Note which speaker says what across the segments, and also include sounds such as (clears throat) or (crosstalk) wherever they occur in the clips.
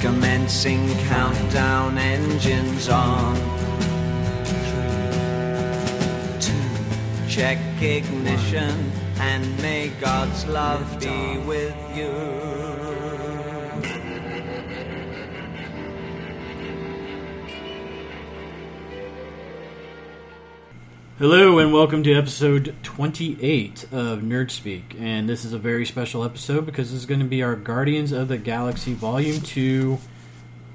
Speaker 1: Commencing countdown engines on. Check ignition and may God's love be with you.
Speaker 2: Hello and welcome to episode 28 of Nerd Speak, and this is a very special episode because this is going to be our Guardians of the Galaxy Volume 2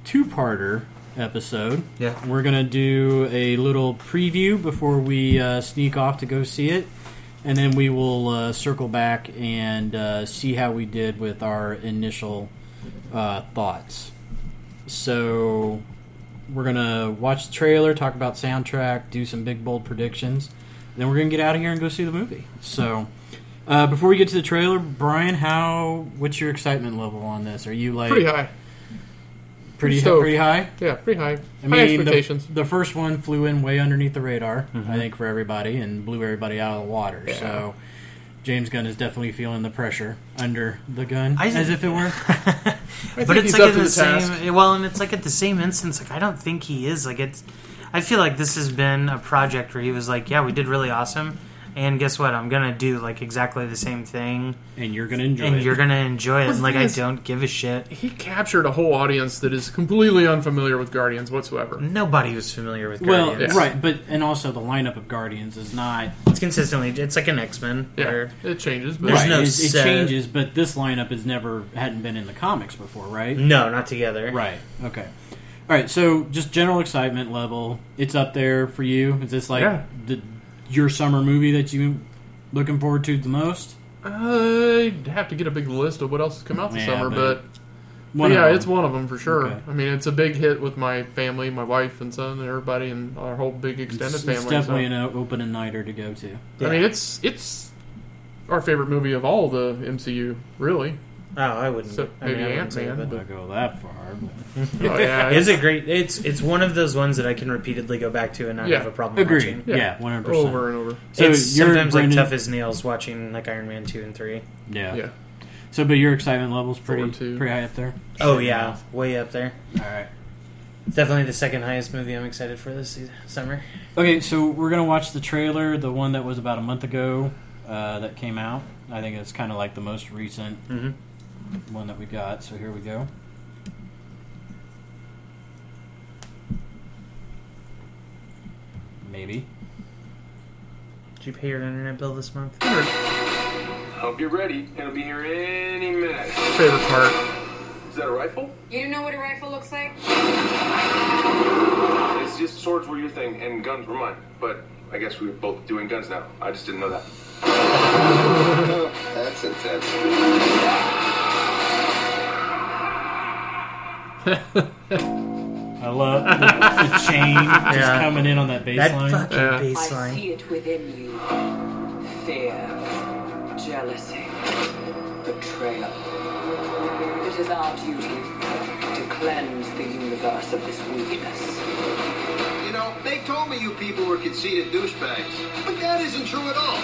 Speaker 2: two-parter episode.
Speaker 3: Yeah.
Speaker 2: We're going to do a little preview before we uh, sneak off to go see it, and then we will uh, circle back and uh, see how we did with our initial uh, thoughts. So we're gonna watch the trailer, talk about soundtrack, do some big bold predictions, then we're gonna get out of here and go see the movie. So, uh, before we get to the trailer, Brian, how what's your excitement level on this? Are you like
Speaker 3: Pretty high.
Speaker 2: pretty,
Speaker 3: stoked.
Speaker 2: pretty high?
Speaker 3: Yeah, pretty high.
Speaker 2: I
Speaker 3: high
Speaker 2: mean, the,
Speaker 3: expectations.
Speaker 2: the first one flew in way underneath the radar, I think, for everybody, and blew everybody out of the water.
Speaker 3: Yeah.
Speaker 2: So. James Gunn is definitely feeling the pressure under the gun,
Speaker 4: I-
Speaker 2: as if it were.
Speaker 3: I
Speaker 4: but
Speaker 3: think
Speaker 4: it's
Speaker 3: he's
Speaker 4: like
Speaker 3: up
Speaker 4: at
Speaker 3: to
Speaker 4: the,
Speaker 3: the
Speaker 4: same eh,
Speaker 3: task.
Speaker 4: well and it's like at the same instance like i don't think he is like it's i feel like this has been a project where he was like yeah we did really awesome and guess what i'm gonna do like exactly the same thing
Speaker 2: (laughs) and you're gonna enjoy
Speaker 4: and
Speaker 2: it.
Speaker 4: you're gonna enjoy it
Speaker 3: Well,
Speaker 4: and
Speaker 3: the
Speaker 4: like
Speaker 3: thing
Speaker 4: i
Speaker 3: is-
Speaker 4: don't give a shit
Speaker 3: He captured a whole audience that is completely unfamiliar with Guardians whatsoever.
Speaker 4: nobody was familiar with
Speaker 2: well,
Speaker 4: guardians
Speaker 2: right, but and also the lineup of Guardians is not
Speaker 4: it's consistently it's like an x-men
Speaker 3: Yeah,
Speaker 4: where
Speaker 3: it changes, but
Speaker 4: There's
Speaker 2: right.
Speaker 4: no
Speaker 2: it, it
Speaker 4: set.
Speaker 2: changes, but this lineup has never hadn't been in the comics before, right?
Speaker 4: no not together
Speaker 2: Right. Okay. All right. So just general excitement level, it's up there for you. Is this like
Speaker 3: Yeah.
Speaker 2: the, your summer movie that you looking forward to the most?
Speaker 3: I'd have to get a big list of what else has come out this
Speaker 2: Yeah,
Speaker 3: summer,
Speaker 2: but-
Speaker 3: but,
Speaker 2: One
Speaker 3: but yeah,
Speaker 2: of them.
Speaker 3: it's one of them for sure.
Speaker 2: Okay.
Speaker 3: I mean, it's a big hit with my family, my wife and son, and everybody, and our whole big
Speaker 2: It's-
Speaker 3: extended
Speaker 2: it's
Speaker 3: family. so-
Speaker 2: definitely an o- open and nighter to go to.
Speaker 3: I mean, it's it's our favorite movie of all the MCU, really.
Speaker 4: oh i wouldn't
Speaker 3: So,
Speaker 4: i mean
Speaker 3: maybe
Speaker 4: i wouldn't say
Speaker 3: Ant-Man,
Speaker 4: that,
Speaker 2: I
Speaker 4: but
Speaker 2: don't go that far. but-
Speaker 3: Oh, yeah,
Speaker 4: it's a great it's it's one of those ones that i can repeatedly go back to and not
Speaker 3: Yeah.
Speaker 4: have a problem
Speaker 2: Agreed.
Speaker 4: watching
Speaker 3: Yeah.
Speaker 2: Yeah, one hundred percent.
Speaker 3: over and over.
Speaker 2: So
Speaker 4: it's
Speaker 2: you're
Speaker 4: sometimes
Speaker 2: Brendan-
Speaker 4: like tough as nails watching like iron man 2 and 3
Speaker 2: Yeah.
Speaker 3: Yeah,
Speaker 2: So, but your excitement level's pretty
Speaker 3: Forward to-
Speaker 2: pretty high up there.
Speaker 4: Oh yeah, way up there.
Speaker 2: All right.
Speaker 4: It's definitely the second highest movie I'm excited for this se- summer.
Speaker 2: Okay, so we're gonna watch the trailer, the one that was about a month ago uh, that came out. I think it's kind of like the most recent
Speaker 4: Mm-hmm.
Speaker 2: one that we got. So here we go. Maybe.
Speaker 4: Did you pay your internet bill this month?
Speaker 5: Hope you're ready. It'll be here any minute.
Speaker 3: favorite part. (laughs)
Speaker 5: Is that a rifle?
Speaker 6: You don't know what a rifle looks like?
Speaker 5: It's just swords were your thing and guns were mine. But I guess we were both doing guns now. I just didn't know that.
Speaker 7: That's intense.
Speaker 2: I love the, the
Speaker 4: (laughs)
Speaker 2: chain just
Speaker 4: Yeah.
Speaker 2: coming in on that
Speaker 4: That
Speaker 2: baseline.
Speaker 4: fucking
Speaker 3: Yeah.
Speaker 8: I
Speaker 4: baseline.
Speaker 8: see it within you. Fear, jealousy, betrayal. It is our duty to cleanse the universe of this weakness.
Speaker 7: You know, they told me you people were conceited douchebags, but that isn't true at all.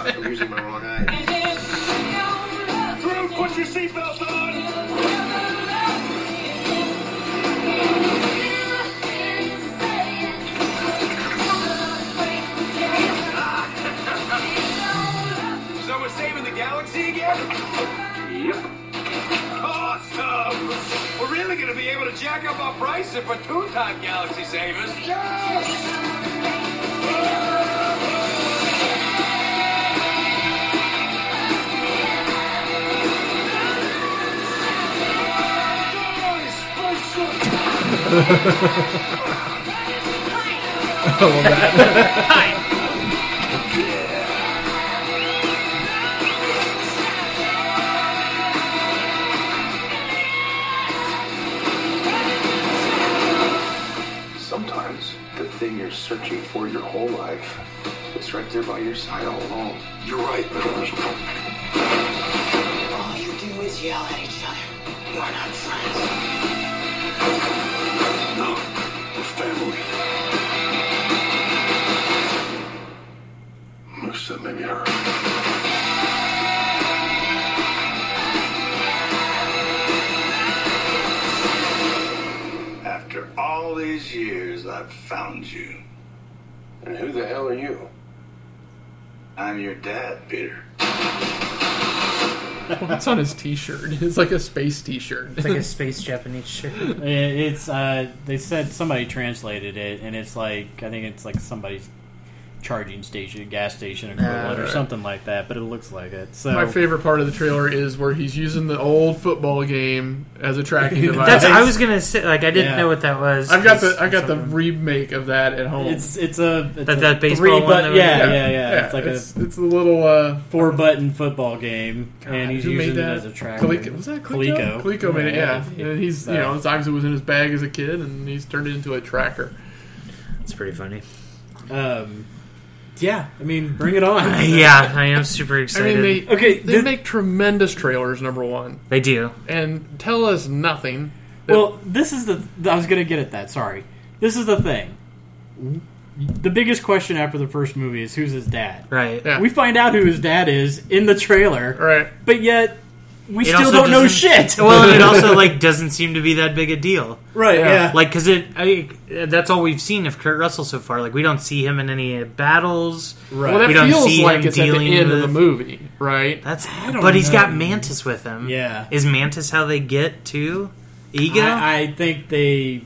Speaker 5: (laughs) I'm using my wrong eye. Crew, put your seatbelts on! So we're saving the galaxy again? Yep. Awesome! We're really gonna be able to jack up our prices for two-time galaxy savers.
Speaker 9: Thank
Speaker 10: you're searching for your whole life. It's right there by your side all along.
Speaker 11: You're right, Mr.
Speaker 12: All you do is yell at each other. You're not friends.
Speaker 11: No, we're family. Must have maybe her. After all these years, I've found you.
Speaker 10: And who the hell are you?
Speaker 11: I'm your dad, Peter.
Speaker 3: What's on his T-shirt? It's like a space T-shirt.
Speaker 4: It's like a space Japanese shirt.
Speaker 2: It's uh, they said somebody translated it, and it's like I think it's like somebody's charging station, gas station equivalent, or
Speaker 3: right.
Speaker 2: something like that. But it looks like it. So
Speaker 3: My favorite part of the trailer is where he's using the old football game as
Speaker 2: (laughs)
Speaker 3: a tracking device.
Speaker 4: That's I was gonna say like I didn't
Speaker 2: Yeah.
Speaker 4: know what that was.
Speaker 3: I've got the
Speaker 4: It's
Speaker 3: I got the
Speaker 4: something-
Speaker 3: remake of that at home.
Speaker 2: it's it's a it's
Speaker 4: That-
Speaker 2: a
Speaker 4: that baseball one
Speaker 2: but-
Speaker 4: that we-
Speaker 2: yeah, yeah, yeah, It's like
Speaker 3: it's,
Speaker 2: a
Speaker 3: it's a little uh,
Speaker 2: four button football game, and
Speaker 3: God,
Speaker 2: he's
Speaker 3: who
Speaker 2: using
Speaker 3: made
Speaker 2: it
Speaker 3: that?
Speaker 2: as a tracker.
Speaker 3: Coleco. Was that
Speaker 2: Coleco?
Speaker 3: Coleco? Coleco made it. Yeah,
Speaker 2: Yeah.
Speaker 3: and he's you know it's obviously was in his bag as a kid, and he's turned it into a tracker.
Speaker 13: It's pretty funny.
Speaker 2: Um, yeah, I mean, bring it on.
Speaker 3: (laughs)
Speaker 4: yeah, (laughs) I am super
Speaker 3: I
Speaker 4: excited.
Speaker 3: mean, they
Speaker 2: Okay,
Speaker 3: they
Speaker 2: this-
Speaker 3: make tremendous trailers. Number one,
Speaker 4: they do.
Speaker 3: and tell us nothing.
Speaker 2: Well, this is the. I was going to get at that. Sorry. This is the thing. The biggest question after the first movie is who's his dad.
Speaker 4: Right.
Speaker 2: (laughs)
Speaker 3: Yeah.
Speaker 2: We find out who his dad is in the trailer,
Speaker 3: All right,
Speaker 2: but yet we
Speaker 4: It
Speaker 2: still
Speaker 4: also
Speaker 2: don't know
Speaker 4: doesn't- (laughs)
Speaker 2: shit.
Speaker 4: Well, and it also like doesn't seem to be that big a deal.
Speaker 2: right? (laughs)
Speaker 3: yeah.
Speaker 2: Yeah.
Speaker 4: Like, cause it I, that's all we've seen of Kurt Russell so far. Like, we don't see him in any battles.
Speaker 2: Right.
Speaker 3: well that
Speaker 4: We don't
Speaker 3: feels
Speaker 4: see
Speaker 3: like
Speaker 4: him
Speaker 3: it's at the
Speaker 4: dealing
Speaker 3: end of
Speaker 4: with-
Speaker 3: the movie, right?
Speaker 4: That's
Speaker 2: don't
Speaker 4: but he's
Speaker 2: know.
Speaker 4: got Mantis with him.
Speaker 2: Yeah.
Speaker 4: Is Mantis how they get to Ego?
Speaker 2: I, I think they.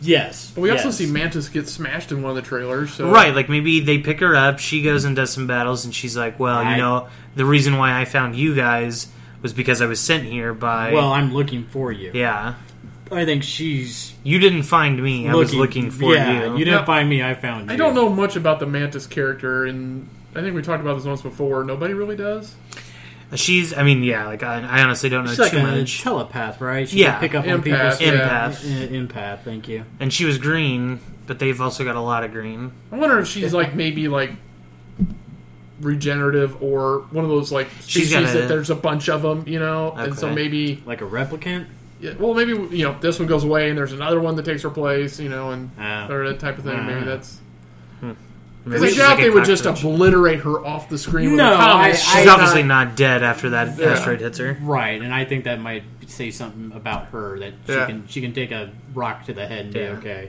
Speaker 2: Yes.
Speaker 3: But we also
Speaker 2: yes.
Speaker 3: see Mantis get smashed in one of the trailers. So
Speaker 4: Right, like maybe they pick her up, she goes and does some battles, and she's like, Well,
Speaker 2: I-
Speaker 4: you know, the reason why I found you guys was because I was sent here by.
Speaker 2: Well, I'm looking for you.
Speaker 4: yeah.
Speaker 2: I think she's
Speaker 4: You didn't find me, I was looking for
Speaker 2: yeah,
Speaker 4: you.
Speaker 2: didn't
Speaker 3: No.
Speaker 2: find me. I found you.
Speaker 3: I don't know much about the Mantis character, and I think we talked about this once before. Nobody really does.
Speaker 4: She's, I mean, yeah, like I, I honestly don't know
Speaker 2: She's
Speaker 4: Uh, too
Speaker 2: like a
Speaker 4: much.
Speaker 2: telepath, right? She
Speaker 4: Yeah.
Speaker 2: Can pick up on
Speaker 3: Empath,
Speaker 2: people's
Speaker 4: yeah.
Speaker 2: Empath. Empath. Thank you.
Speaker 4: and she was green, but they've also got a lot of green.
Speaker 3: I wonder if she's like maybe like regenerative or one of those like
Speaker 4: She's
Speaker 3: species
Speaker 4: got a-
Speaker 3: that there's a bunch of them, you know, and so
Speaker 4: Okay.
Speaker 3: maybe
Speaker 2: Like a replicant.
Speaker 3: yeah, well maybe you know this one goes away and there's another one that takes her place, you know, and
Speaker 2: Ah.
Speaker 3: or that type of thing. Maybe
Speaker 2: Ah.
Speaker 3: that's
Speaker 4: Maybe
Speaker 3: because I
Speaker 4: she's
Speaker 3: doubt
Speaker 4: like a
Speaker 3: they would just
Speaker 4: cockroach.
Speaker 3: obliterate her off the screen. with
Speaker 2: No,
Speaker 3: a comic.
Speaker 2: I- uh,
Speaker 4: She's
Speaker 2: I-
Speaker 4: obviously not dead after that asteroid hits her.
Speaker 2: Right, and I think that might say something about her that she
Speaker 3: Yeah.
Speaker 2: can she can take a rock to the head and
Speaker 4: Yeah.
Speaker 2: be okay.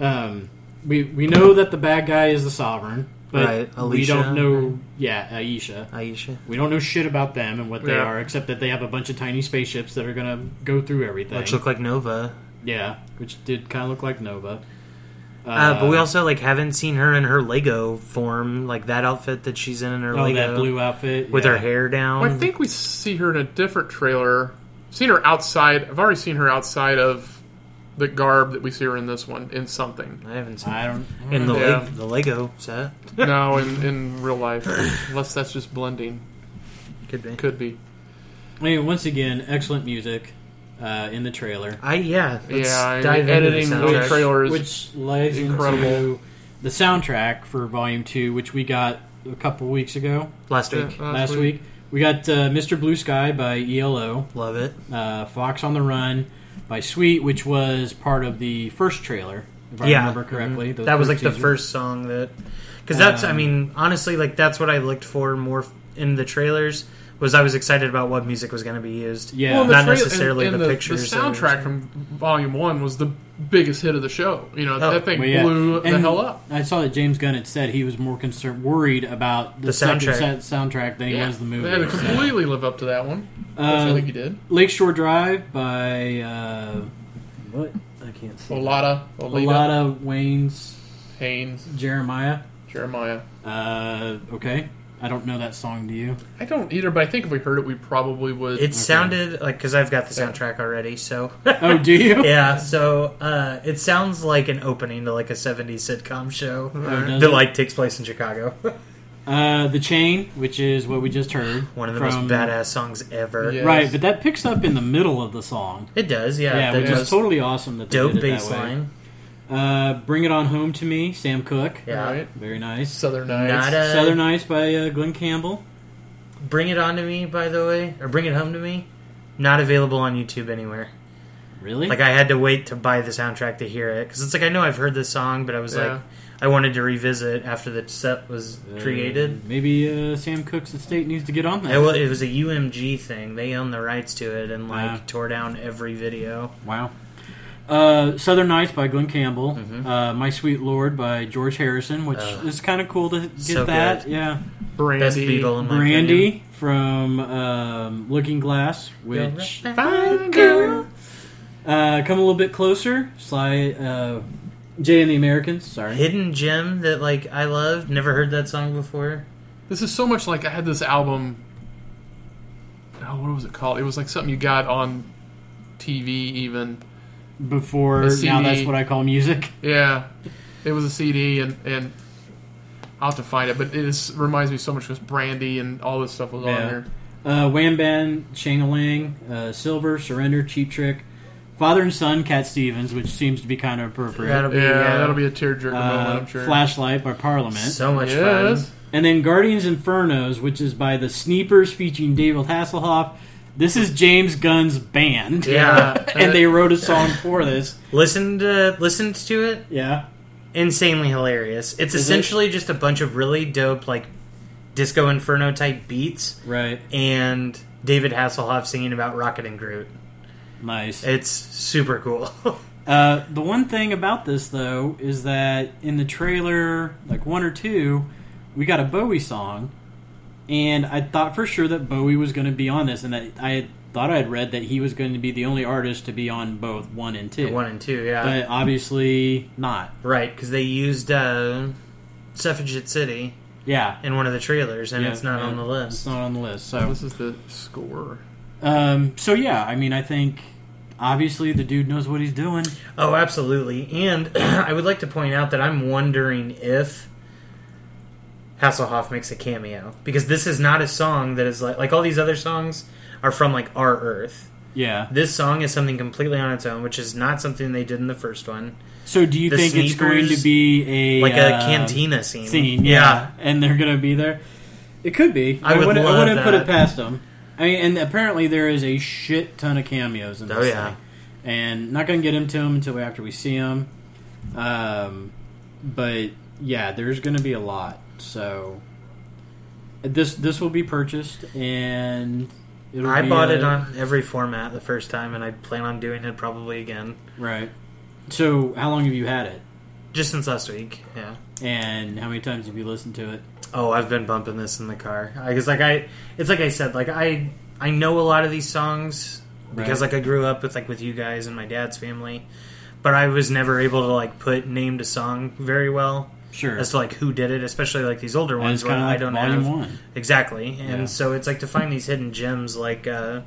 Speaker 2: Um, we we know that the bad guy is the sovereign, but
Speaker 4: Right,
Speaker 2: we
Speaker 4: Alicia.
Speaker 2: don't know. Yeah, Aisha.
Speaker 4: Aisha.
Speaker 2: We don't know shit about them and what they
Speaker 3: Yeah.
Speaker 2: are, except that they have a bunch of tiny spaceships that are gonna go through everything.
Speaker 4: Which looked like Nova.
Speaker 2: yeah, which did kind of look like Nova. Um,
Speaker 4: Uh, but we also like haven't seen her in her Lego form, like that outfit that she's in in her
Speaker 2: oh,
Speaker 4: Lego
Speaker 2: that blue outfit
Speaker 4: with
Speaker 2: yeah.
Speaker 4: her hair down.
Speaker 3: Well, I think we see her in a different trailer. Seen her outside. I've already seen her outside of the garb that we see her in this one in
Speaker 4: (laughs)
Speaker 3: something.
Speaker 4: I haven't seen
Speaker 2: I don't.
Speaker 4: in the
Speaker 3: Yeah.
Speaker 4: Le- the Lego set.
Speaker 3: no, in in real life, unless that's just blending.
Speaker 4: Could be.
Speaker 3: Could be.
Speaker 2: I mean, once again, excellent music uh, in the trailer.
Speaker 4: I yeah. Let's
Speaker 3: yeah, I-
Speaker 4: dive into the
Speaker 3: editing
Speaker 4: soundtrack.
Speaker 3: those trailers.
Speaker 2: which lays
Speaker 3: incredible.
Speaker 2: into the soundtrack for Volume Two, which we got a couple weeks ago
Speaker 4: last
Speaker 3: Yeah,
Speaker 4: week.
Speaker 2: last, week. We got uh, Mr. Blue Sky by ELO,
Speaker 4: Love it.
Speaker 2: uh, Fox on the Run by Sweet, which was part of the first trailer, if I
Speaker 4: yeah,
Speaker 2: remember correctly.
Speaker 3: Mm-hmm.
Speaker 4: Mhm.
Speaker 2: the
Speaker 4: That was like
Speaker 2: first
Speaker 4: the
Speaker 2: teaser.
Speaker 4: first song that because that's I
Speaker 2: Um,
Speaker 4: mean honestly like that's what I looked for more f- in the trailers was I was excited about what music was going to be used.
Speaker 2: Yeah.
Speaker 3: Well, the
Speaker 4: not
Speaker 3: trail-
Speaker 4: necessarily
Speaker 3: and- and
Speaker 4: the pictures
Speaker 3: The
Speaker 4: that we
Speaker 3: soundtrack from Volume One was the biggest hit of the show. You know,
Speaker 4: Oh,
Speaker 3: that thing
Speaker 2: Well, yeah.
Speaker 3: blew the
Speaker 2: And
Speaker 3: hell up.
Speaker 2: I saw that James Gunn had said he was more concerned, worried about the,
Speaker 4: The
Speaker 2: second
Speaker 4: soundtrack.
Speaker 2: sa- soundtrack than he was the movie.
Speaker 3: They had to
Speaker 2: So-
Speaker 3: completely live up to that one. Which I
Speaker 2: Um,
Speaker 3: think you did.
Speaker 2: Lakeshore Drive by uh, what I can't see.
Speaker 3: Olada,
Speaker 2: a
Speaker 3: Olida,
Speaker 2: lot of Wayne's
Speaker 3: Haynes,
Speaker 2: Jeremiah.
Speaker 3: Jeremiah.
Speaker 2: Uh, okay. I don't know that song. Do you?
Speaker 3: I don't either, but I think if we heard it, we probably would.
Speaker 4: It sounded like because I've got the soundtrack already, so
Speaker 2: (laughs)
Speaker 4: (laughs)
Speaker 2: Oh, do you?
Speaker 4: yeah. So uh, it sounds like an opening to like a '70s sitcom show
Speaker 2: Oh, does
Speaker 4: that
Speaker 2: it?
Speaker 4: like takes place in Chicago.
Speaker 2: (laughs)
Speaker 4: (laughs)
Speaker 2: Uh, the Chain, which is what we just heard.
Speaker 4: One of the
Speaker 2: from-
Speaker 4: most badass songs ever.
Speaker 3: Yeah.
Speaker 2: Right, but that picks up in the middle of the song.
Speaker 4: It does, yeah.
Speaker 2: Yeah,
Speaker 4: That
Speaker 2: which
Speaker 4: just
Speaker 2: is totally awesome that they
Speaker 4: dope
Speaker 2: did it
Speaker 4: bass
Speaker 2: that way.
Speaker 4: line.
Speaker 2: Uh, Bring It On Home to Me, Sam Cooke.
Speaker 14: Yeah.
Speaker 3: Right?
Speaker 2: Very nice.
Speaker 3: Southern Nights.
Speaker 14: Not a-
Speaker 2: Southern Nights by uh, Glenn Campbell.
Speaker 14: Bring it on to me, by the way, or bring it home to me.
Speaker 4: Not available on YouTube anywhere.
Speaker 2: Really?
Speaker 4: Like I had to wait to buy the soundtrack to hear it because it's like I know I've heard this song, but I was
Speaker 3: Yeah. Mm.
Speaker 4: like I wanted to revisit after the set was
Speaker 2: Uh,
Speaker 4: created.
Speaker 2: Maybe uh, Sam Cooke's estate needs to get on
Speaker 4: It
Speaker 2: that.
Speaker 4: was, it was a UMG thing. They own the rights to it and like
Speaker 2: Wow.
Speaker 4: tore down every video.
Speaker 2: Wow. Uh, Southern Nights by Glenn Campbell.
Speaker 14: Mm-hmm.
Speaker 2: Uh, My Sweet Lord by George Harrison, which
Speaker 14: Ugh.
Speaker 2: is kind of cool to get
Speaker 14: Oh. So
Speaker 2: that.
Speaker 14: good.
Speaker 2: Yeah.
Speaker 3: Brandy.
Speaker 14: Best Beatle in my opinion.
Speaker 2: Brandy from um, Looking Glass, which
Speaker 3: Fine girl.
Speaker 2: uh, come a little bit closer. Sly, uh, Jay and the Americans. Sorry.
Speaker 4: Hidden gem that like I loved. Never heard that song before.
Speaker 3: This is so much like I had this album. Oh, what was it called? It was like something you got on TV, even.
Speaker 2: Before
Speaker 3: A
Speaker 2: now,
Speaker 3: CD.
Speaker 2: that's what I call music.
Speaker 3: Yeah, it was a CD, and and I'll have to find it. But it is, reminds me so much because Brandy and all this stuff was
Speaker 2: Yeah.
Speaker 3: on there.
Speaker 2: Uh, Wham Bam, Lang, uh, Silver, Surrender, Cheap Trick, Father and Son, Cat Stevens, which seems to be kind of appropriate.
Speaker 4: That'll be
Speaker 3: Yeah,
Speaker 4: uh,
Speaker 3: that'll be a tearjerker moment,
Speaker 2: Uh,
Speaker 3: I'm sure.
Speaker 2: Flashlight by Parliament,
Speaker 14: So much
Speaker 3: yes.
Speaker 14: fun.
Speaker 2: and then Guardians Infernos, which is by the Sneepers featuring David Hasselhoff. This is James Gunn's band,
Speaker 4: (laughs)
Speaker 14: Yeah.
Speaker 2: (laughs) and they wrote a song for this.
Speaker 4: Listen to listened to it.
Speaker 2: Yeah,
Speaker 4: Insanely hilarious. It's
Speaker 2: Is it?
Speaker 4: essentially just a bunch of really dope like disco inferno type beats
Speaker 2: right.
Speaker 4: and David Hasselhoff singing about Rocket and Groot.
Speaker 2: Nice.
Speaker 4: It's super cool. (laughs)
Speaker 2: Uh, the one thing about this though is that in the trailer, like one or two, we got a Bowie song, and I thought for sure that Bowie was going to be on this, and that I had- thought I had read that he was going to be the only artist to be on both one and two,
Speaker 4: One and two, yeah.
Speaker 2: but obviously not.
Speaker 4: Right, because they used uh, Suffragette City
Speaker 2: Yeah,
Speaker 4: in one of the trailers, and
Speaker 2: Yeah,
Speaker 4: it's not
Speaker 2: yeah,
Speaker 4: on the
Speaker 2: It's
Speaker 4: list.
Speaker 2: not on the list. So,
Speaker 3: This is the score.
Speaker 2: um, so yeah, I mean, I think obviously the dude knows what he's doing.
Speaker 4: Oh, absolutely. And (clears throat) I would like to point out that I'm wondering if Hasselhoff makes a cameo because this is not a song that is like like all these other songs are from like our Earth.
Speaker 2: Yeah.
Speaker 4: This song is something completely on its own, which is not something they did in the first one,
Speaker 2: So, do you
Speaker 4: The
Speaker 2: think it's going to
Speaker 4: Sneakers,
Speaker 2: be a
Speaker 4: like a
Speaker 2: uh,
Speaker 4: cantina scene.
Speaker 2: scene, yeah. and they're gonna be there. It could be.
Speaker 4: I would
Speaker 2: wouldn't- I
Speaker 4: love
Speaker 2: wouldn't put it
Speaker 4: that.
Speaker 2: past them. I mean, and apparently there is a shit ton of cameos in this
Speaker 4: Oh, yeah.
Speaker 2: thing, and not gonna get into them until after we see them. Um, but yeah, there's gonna be a lot. So this this will be purchased, and it'll
Speaker 4: I
Speaker 2: be
Speaker 4: bought
Speaker 2: a-
Speaker 4: it on every format the first time, and I plan on doing it probably again.
Speaker 2: right. So how long have you had it,
Speaker 4: Just since last week, yeah.
Speaker 2: and how many times have you listened to it?
Speaker 4: Oh, I've been bumping this in the car. I guess like I, it's like I said, like I, I know a lot of these songs because
Speaker 2: Right.
Speaker 4: like I grew up with like with you guys and my dad's family, but I was never able to like put name to song very well
Speaker 2: Sure,
Speaker 4: as to like who did it, especially like these older
Speaker 2: and it's
Speaker 4: ones where
Speaker 2: kind of
Speaker 4: I
Speaker 2: like
Speaker 4: don't
Speaker 2: volume
Speaker 4: have
Speaker 2: one.
Speaker 4: exactly, and
Speaker 2: Yeah.
Speaker 4: so it's like to find these hidden gems like uh,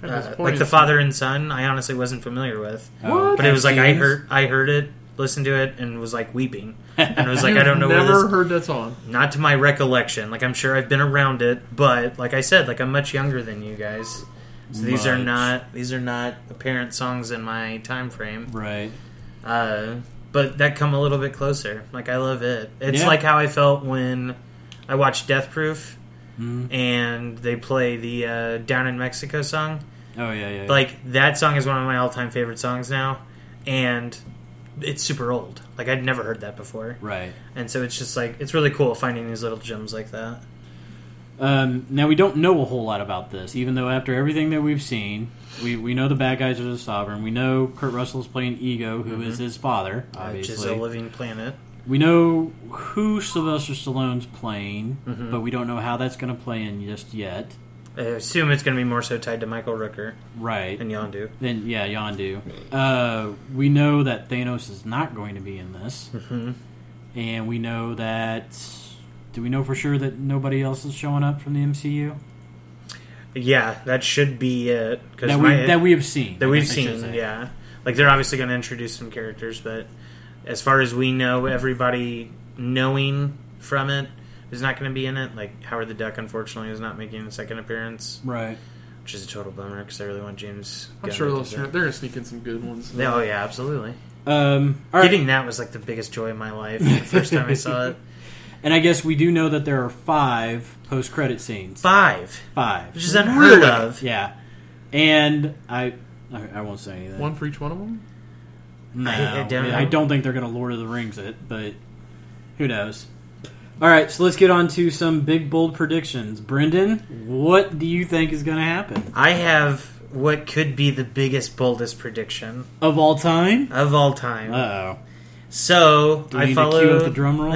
Speaker 3: Kind of
Speaker 4: uh, like
Speaker 3: disappointing.
Speaker 4: the father and son. I honestly wasn't familiar with,
Speaker 2: Oh,
Speaker 4: but it was like I
Speaker 2: Cascades.
Speaker 4: heard I heard it, listened to it, and was like weeping, (laughs) and it
Speaker 2: (laughs)
Speaker 4: was like I don't know where this
Speaker 3: Never heard that song.
Speaker 4: not to my recollection. Like I'm sure I've been around it, but like I said, like I'm much younger than you guys. So these are
Speaker 2: Much.
Speaker 4: not these are not apparent songs in my time frame.
Speaker 2: Right.
Speaker 4: Uh, but that come a little bit closer. Like I love it. It's
Speaker 2: Yeah.
Speaker 4: like how I felt when I watched Death Proof
Speaker 2: Mm-hmm.
Speaker 4: and they play the uh, Down in Mexico song.
Speaker 2: Oh yeah, yeah. yeah.
Speaker 4: Like that song is one of my all time favorite songs now, and it's super old. Like I'd never heard that before,
Speaker 2: right.
Speaker 4: and so it's just like it's really cool finding these little gems like that.
Speaker 2: Um, now we don't know a whole lot about this, even though after everything that we've seen, we, we know the bad guys are the sovereign. We know Kurt Russell's playing Ego, who is his father,
Speaker 4: Mm-hmm. which is
Speaker 2: obviously.
Speaker 4: a living planet.
Speaker 2: we know who Sylvester Stallone's playing,
Speaker 4: Mm-hmm.
Speaker 2: but we don't know how that's going to play in just yet.
Speaker 4: I assume it's going to be more so tied to Michael Rooker
Speaker 2: Right.
Speaker 4: and Yondu.
Speaker 2: Then yeah, Yondu. Uh, we know that Thanos is not going to be in this,
Speaker 4: Mm-hmm.
Speaker 2: and we know that. Do we know for sure that nobody else is showing up from the MCU
Speaker 4: Yeah, that should be it. Cause
Speaker 2: that we
Speaker 4: my-
Speaker 2: that we have seen?
Speaker 4: that
Speaker 2: I
Speaker 4: we've
Speaker 2: guess I should
Speaker 4: seen.
Speaker 2: say.
Speaker 4: Yeah, like they're obviously going to introduce some characters, but as far as we know, everybody knowing from it is not going to be in it. Like Howard the Duck, unfortunately, is not making a second appearance,
Speaker 2: Right.
Speaker 4: which is a total bummer because I really want James.
Speaker 3: I'm
Speaker 4: Gunn
Speaker 3: sure
Speaker 4: to
Speaker 3: they'll
Speaker 4: do
Speaker 3: sure,
Speaker 4: that.
Speaker 3: they're gonna sneak in some good ones.
Speaker 4: Yeah, Oh yeah, absolutely.
Speaker 2: Um, all right.
Speaker 4: Getting that was like the biggest joy of my life the first time I
Speaker 3: (laughs)
Speaker 4: saw it.
Speaker 2: and I guess we do know that there are five post-credit scenes.
Speaker 4: Five,
Speaker 2: Five.
Speaker 4: which is unheard
Speaker 3: Really?
Speaker 4: of.
Speaker 2: Yeah. And I, I, I won't say anything.
Speaker 3: One for each one of them.
Speaker 2: No,
Speaker 4: I- I don't know.
Speaker 2: I don't think they're going to Lord of the Rings it, but who knows? All right, so let's get on to some big bold predictions. Brendan, what do you think is going to happen
Speaker 4: I have what could be the biggest, boldest prediction
Speaker 2: of all time?
Speaker 4: of all time.
Speaker 2: Uh oh.
Speaker 4: so
Speaker 2: Do we
Speaker 4: I
Speaker 2: need
Speaker 4: follow
Speaker 2: to cue up the drum
Speaker 4: (laughs)
Speaker 2: roll?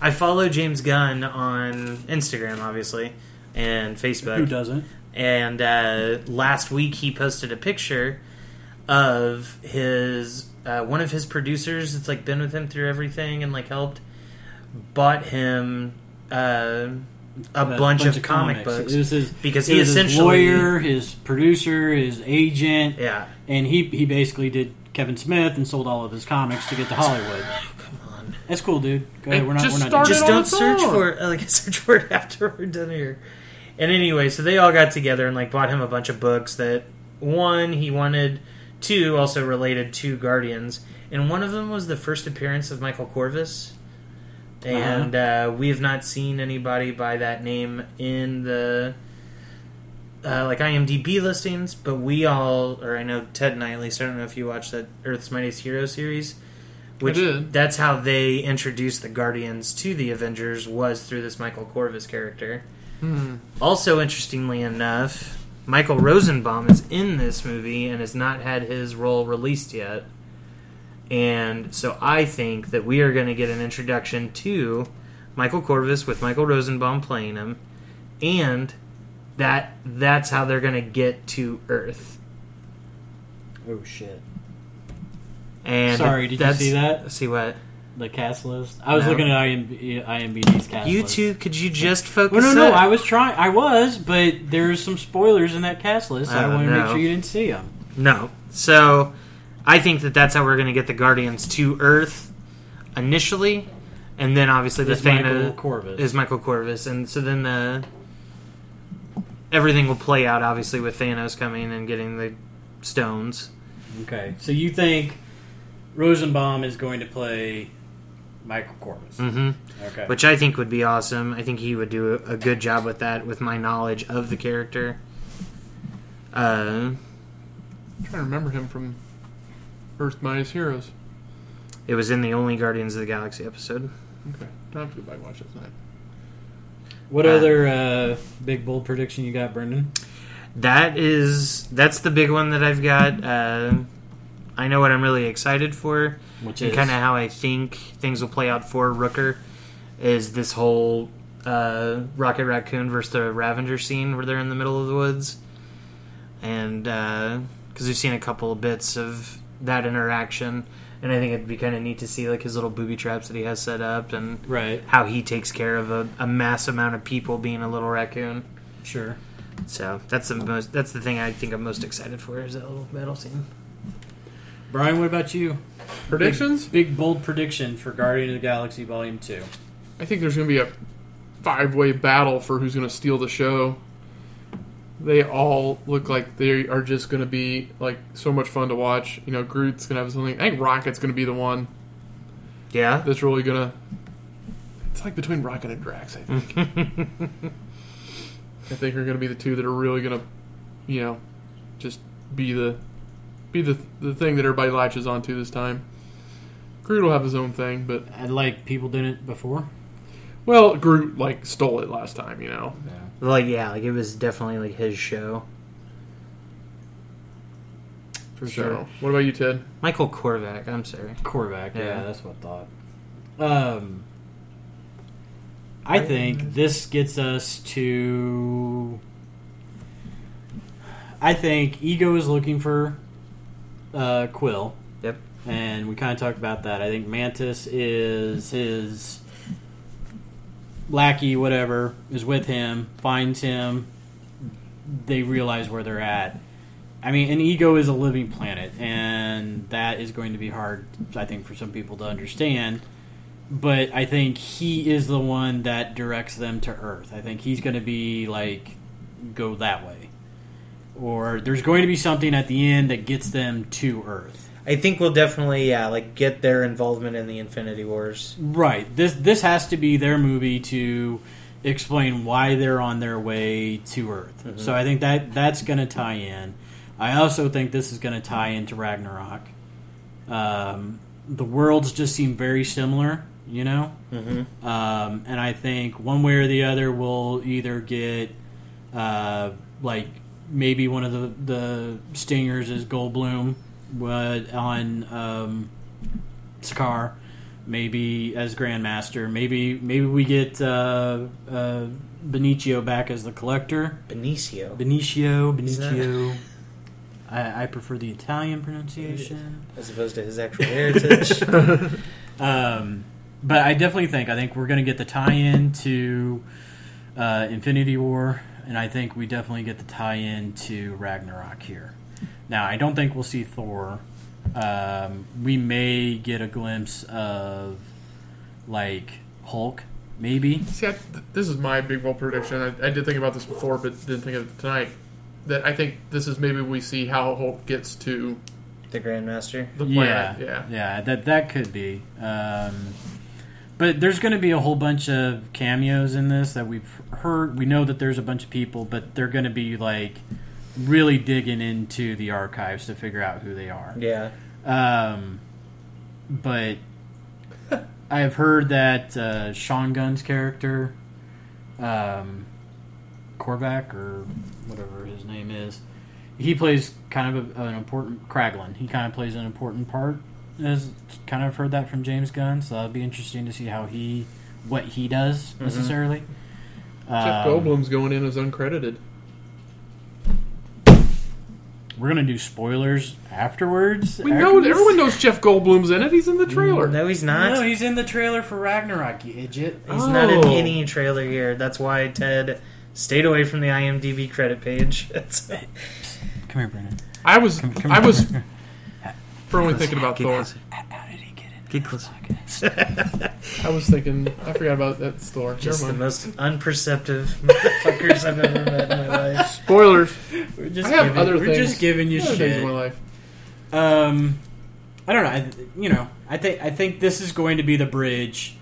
Speaker 4: I follow James Gunn on Instagram, obviously, and Facebook.
Speaker 2: Who doesn't?
Speaker 4: And uh, last week he posted a picture of his uh, one of his producers that's like been with him through everything and like helped bought him uh, a bunch, of, comic books
Speaker 2: It was his,
Speaker 4: because
Speaker 2: it
Speaker 4: he
Speaker 2: was his
Speaker 4: essentially
Speaker 2: lawyer, his producer, his agent,
Speaker 4: yeah
Speaker 2: and he he basically did Kevin Smith and sold all of his comics to get to
Speaker 4: (laughs)
Speaker 2: Hollywood.
Speaker 4: on.
Speaker 2: That's cool, dude. Go
Speaker 3: It
Speaker 2: ahead. We're not.
Speaker 3: just
Speaker 2: We're not
Speaker 3: started
Speaker 4: just
Speaker 3: it on
Speaker 4: don't
Speaker 3: its
Speaker 4: search
Speaker 3: own.
Speaker 4: for it, (laughs) like search for it after we're done here. And anyway, so they all got together and like bought him a bunch of books that one he wanted, two also related to Guardians, and one of them was the first appearance of Michael Corvus.
Speaker 3: Uh-huh.
Speaker 4: And uh, we have not seen anybody by that name in the uh, like IMDb listings, but we all, or I know Ted and I at least, I don't know if you watched that Earth's Mightiest Hero series, which
Speaker 3: did.
Speaker 4: that's how they introduced the Guardians to the Avengers was through this Michael Corvus character. Also, interestingly enough, Michael Rosenbaum is in this movie and has not had his role released yet. And so I think that we are going to get an introduction to Michael Corvus with Michael Rosenbaum playing him, and that that's how they're going to get to Earth.
Speaker 2: Oh shit!
Speaker 4: And
Speaker 2: Sorry, did you
Speaker 4: that's-
Speaker 2: see that?
Speaker 4: See what?
Speaker 2: The cast list. I was
Speaker 4: No.
Speaker 2: looking at IMB, IMDb's cast
Speaker 4: You
Speaker 2: list.
Speaker 4: two, could you just focus?
Speaker 2: Well, no, no,
Speaker 4: up?
Speaker 2: I was trying. I was, but there's some spoilers in that cast list. so I
Speaker 4: Oh,
Speaker 2: want to make
Speaker 4: no.
Speaker 2: sure you didn't see them.
Speaker 4: No. So I think that that's how we're going to get the Guardians to Earth initially, and then obviously the
Speaker 2: Is
Speaker 4: Thanos
Speaker 2: Michael Corvus.
Speaker 4: is Michael Corvus, and so then the everything will play out obviously with Thanos coming and getting the stones.
Speaker 2: Okay, so you think Rosenbaum is going to play Michael Corvus?
Speaker 4: hmm
Speaker 2: Okay,
Speaker 4: Which I think would be awesome. I think he would do a a good job with that, with my knowledge of the character. Uh,
Speaker 3: I'm trying to remember him from Earth Minus Heroes.
Speaker 4: it was in the only Guardians of the Galaxy episode.
Speaker 3: Okay, don't have to go back and watch that tonight.
Speaker 2: what
Speaker 4: uh,
Speaker 2: other uh, big bold prediction you got, Brendan?
Speaker 4: that is that's the big one that I've got. Uh, I know what I'm really excited for,
Speaker 2: Which
Speaker 4: and
Speaker 2: is
Speaker 4: kind of how I think things will play out for Rooker is this whole uh, Rocket Raccoon versus the Ravenger scene where they're in the middle of the woods, and because we've seen a couple of bits of that interaction, and I think it'd be kind of neat to see like his little booby traps that he has set up and
Speaker 2: right?
Speaker 4: how he takes care of a, a mass amount of people being a little raccoon.
Speaker 2: Sure.
Speaker 4: So that's the most. That's the thing I think I'm most excited for is that little battle scene.
Speaker 2: Brian, what about you?
Speaker 3: Predictions?
Speaker 2: Big bold prediction for Guardian of the Galaxy Volume Two.
Speaker 3: I think there's going to be a five way battle for who's going to steal the show. They all look like they are just going to be like so much fun to watch. You know, Groot's going to have something. I think Rocket's going to be the one
Speaker 4: Yeah.
Speaker 3: that's really going to. It's like between Rocket and Drax. I think. I think are going to be the two that are really going to, you know, just be the be the the thing that everybody latches onto this time. Groot will have his own thing, but
Speaker 2: I like people did it before.
Speaker 3: well, Groot like stole it last time. You know,
Speaker 4: Like yeah, like it was definitely like his show.
Speaker 2: For
Speaker 3: So, what about you, Ted?
Speaker 4: Michael Korvac. I'm sorry.
Speaker 2: Quarterback, yeah,
Speaker 4: Yeah.
Speaker 2: that's what I thought. Um, I think this gets us to. I think Ego is looking for uh, Quill,
Speaker 4: Yep.
Speaker 2: and we kind of talked about that. I think Mantis is his lackey, whatever, is with him, finds him. They realize where they're at. I mean, an ego is a living planet, and that is going to be hard, I think, for some people to understand. But I think he is the one that directs them to Earth. I think he's going to be like, go that way. Or there's going to be something at the end that gets them to Earth.
Speaker 4: I think we'll definitely, yeah, like get their involvement in the Infinity Wars.
Speaker 2: Right. This this has to be their movie to explain why they're on their way to Earth. So I think that that's going to tie in. I also think this is going to tie into Ragnarok. Um, the worlds just seem very similar, you know. Mm-hmm. Um, and I think one way or the other, we'll either get uh, like maybe one of the the stingers is Goldblum uh, on um, Scar, maybe as Grandmaster, maybe maybe we get uh, uh, Benicio back as the Collector.
Speaker 4: Benicio.
Speaker 2: Benicio,
Speaker 4: that-
Speaker 2: Benicio. I, I prefer the Italian pronunciation.
Speaker 4: as opposed to his (laughs) actual heritage.
Speaker 2: Um, but I definitely think I think we're going to get the tie-in to uh, Infinity War, and I think we definitely get the tie-in to Ragnarok here. Now, I don't think we'll see Thor. Um, we may get a glimpse of like Hulk, maybe.
Speaker 3: See, I, th- this is my big bold prediction. I, I did think about this before, but didn't think of it tonight. That I think this is maybe we see how Hulk gets to
Speaker 4: the Grandmaster.
Speaker 3: the
Speaker 2: Yeah,
Speaker 3: planet. Yeah,
Speaker 2: yeah. That that could be. Um, but there's going to be a whole bunch of cameos in this that we've heard. We know that there's a bunch of people, but they're going to be like really digging into the archives to figure out who they are.
Speaker 4: Yeah.
Speaker 2: Um,
Speaker 3: (laughs)
Speaker 2: but I have heard that uh, Sean Gunn's character, um, Korvac or whatever his name is, he plays kind of a, an important Kraglin. He kind of plays an important part. As kind of heard that from James Gunn, so that'd be interesting to see how he, what he does necessarily.
Speaker 3: Mm-hmm. Jeff
Speaker 2: Um,
Speaker 3: Goldblum's going in as uncredited.
Speaker 2: We're gonna do spoilers afterwards.
Speaker 3: We
Speaker 2: after
Speaker 3: know
Speaker 2: this?
Speaker 3: everyone knows Jeff Goldblum's in it. He's in the trailer.
Speaker 4: No, he's not.
Speaker 2: No, he's in the trailer for Ragnarok, you idiot.
Speaker 4: He's not in
Speaker 3: Oh.
Speaker 4: any trailer here. That's why Ted stayed away from the IMDb credit page. (laughs) That's-
Speaker 2: Come here, Brennan.
Speaker 3: I was
Speaker 2: Come- come
Speaker 3: I
Speaker 2: here,
Speaker 3: was (laughs)
Speaker 2: come here.
Speaker 3: firmly thinking about
Speaker 15: Get
Speaker 3: Thor.
Speaker 15: closer.
Speaker 2: How did he get in?
Speaker 15: Get closer.
Speaker 3: I was thinking I forgot about that Thor.
Speaker 4: Just
Speaker 3: Never
Speaker 4: the
Speaker 3: mind.
Speaker 4: most unperceptive (laughs) motherfuckers I've ever met in my (laughs) life.
Speaker 3: Spoilers.
Speaker 2: We're just
Speaker 3: I have
Speaker 2: giving,
Speaker 3: other
Speaker 2: we're
Speaker 3: things-
Speaker 2: just giving you
Speaker 3: Other things in my
Speaker 2: shit.
Speaker 3: life.
Speaker 2: Um, I don't know. I, you know, I think I think this is going to be the bridge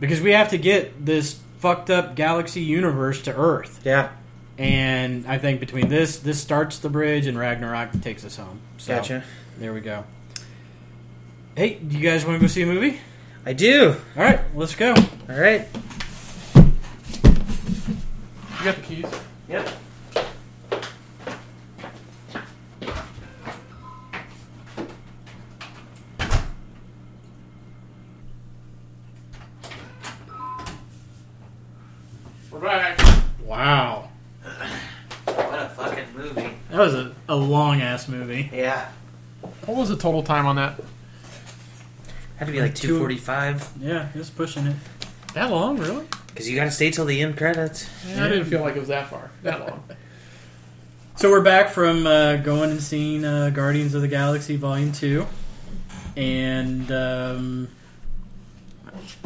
Speaker 2: because we have to get this fucked up galaxy universe to Earth,
Speaker 4: Yeah,
Speaker 2: and I think between this, this starts the bridge, and Ragnarok takes us home. So,
Speaker 4: gotcha.
Speaker 2: There we go. Hey, do you guys want to go see a movie?
Speaker 4: I do.
Speaker 2: All right, let's go.
Speaker 4: All right.
Speaker 3: You got the keys.
Speaker 4: Yep.
Speaker 3: We're back.
Speaker 2: Wow,
Speaker 4: What a fucking movie.
Speaker 2: that was a, a long ass movie.
Speaker 4: Yeah.
Speaker 3: What was the total time on that?
Speaker 4: Had to be like
Speaker 2: Two-
Speaker 4: 245
Speaker 2: Yeah, it was pushing it.
Speaker 3: That long, really?
Speaker 4: because you got to stay till the end credits.
Speaker 3: Yeah, I didn't feel like it was that far. That (laughs) long.
Speaker 2: So we're back from uh, going and seeing uh, Guardians of the Galaxy Volume Two, and um,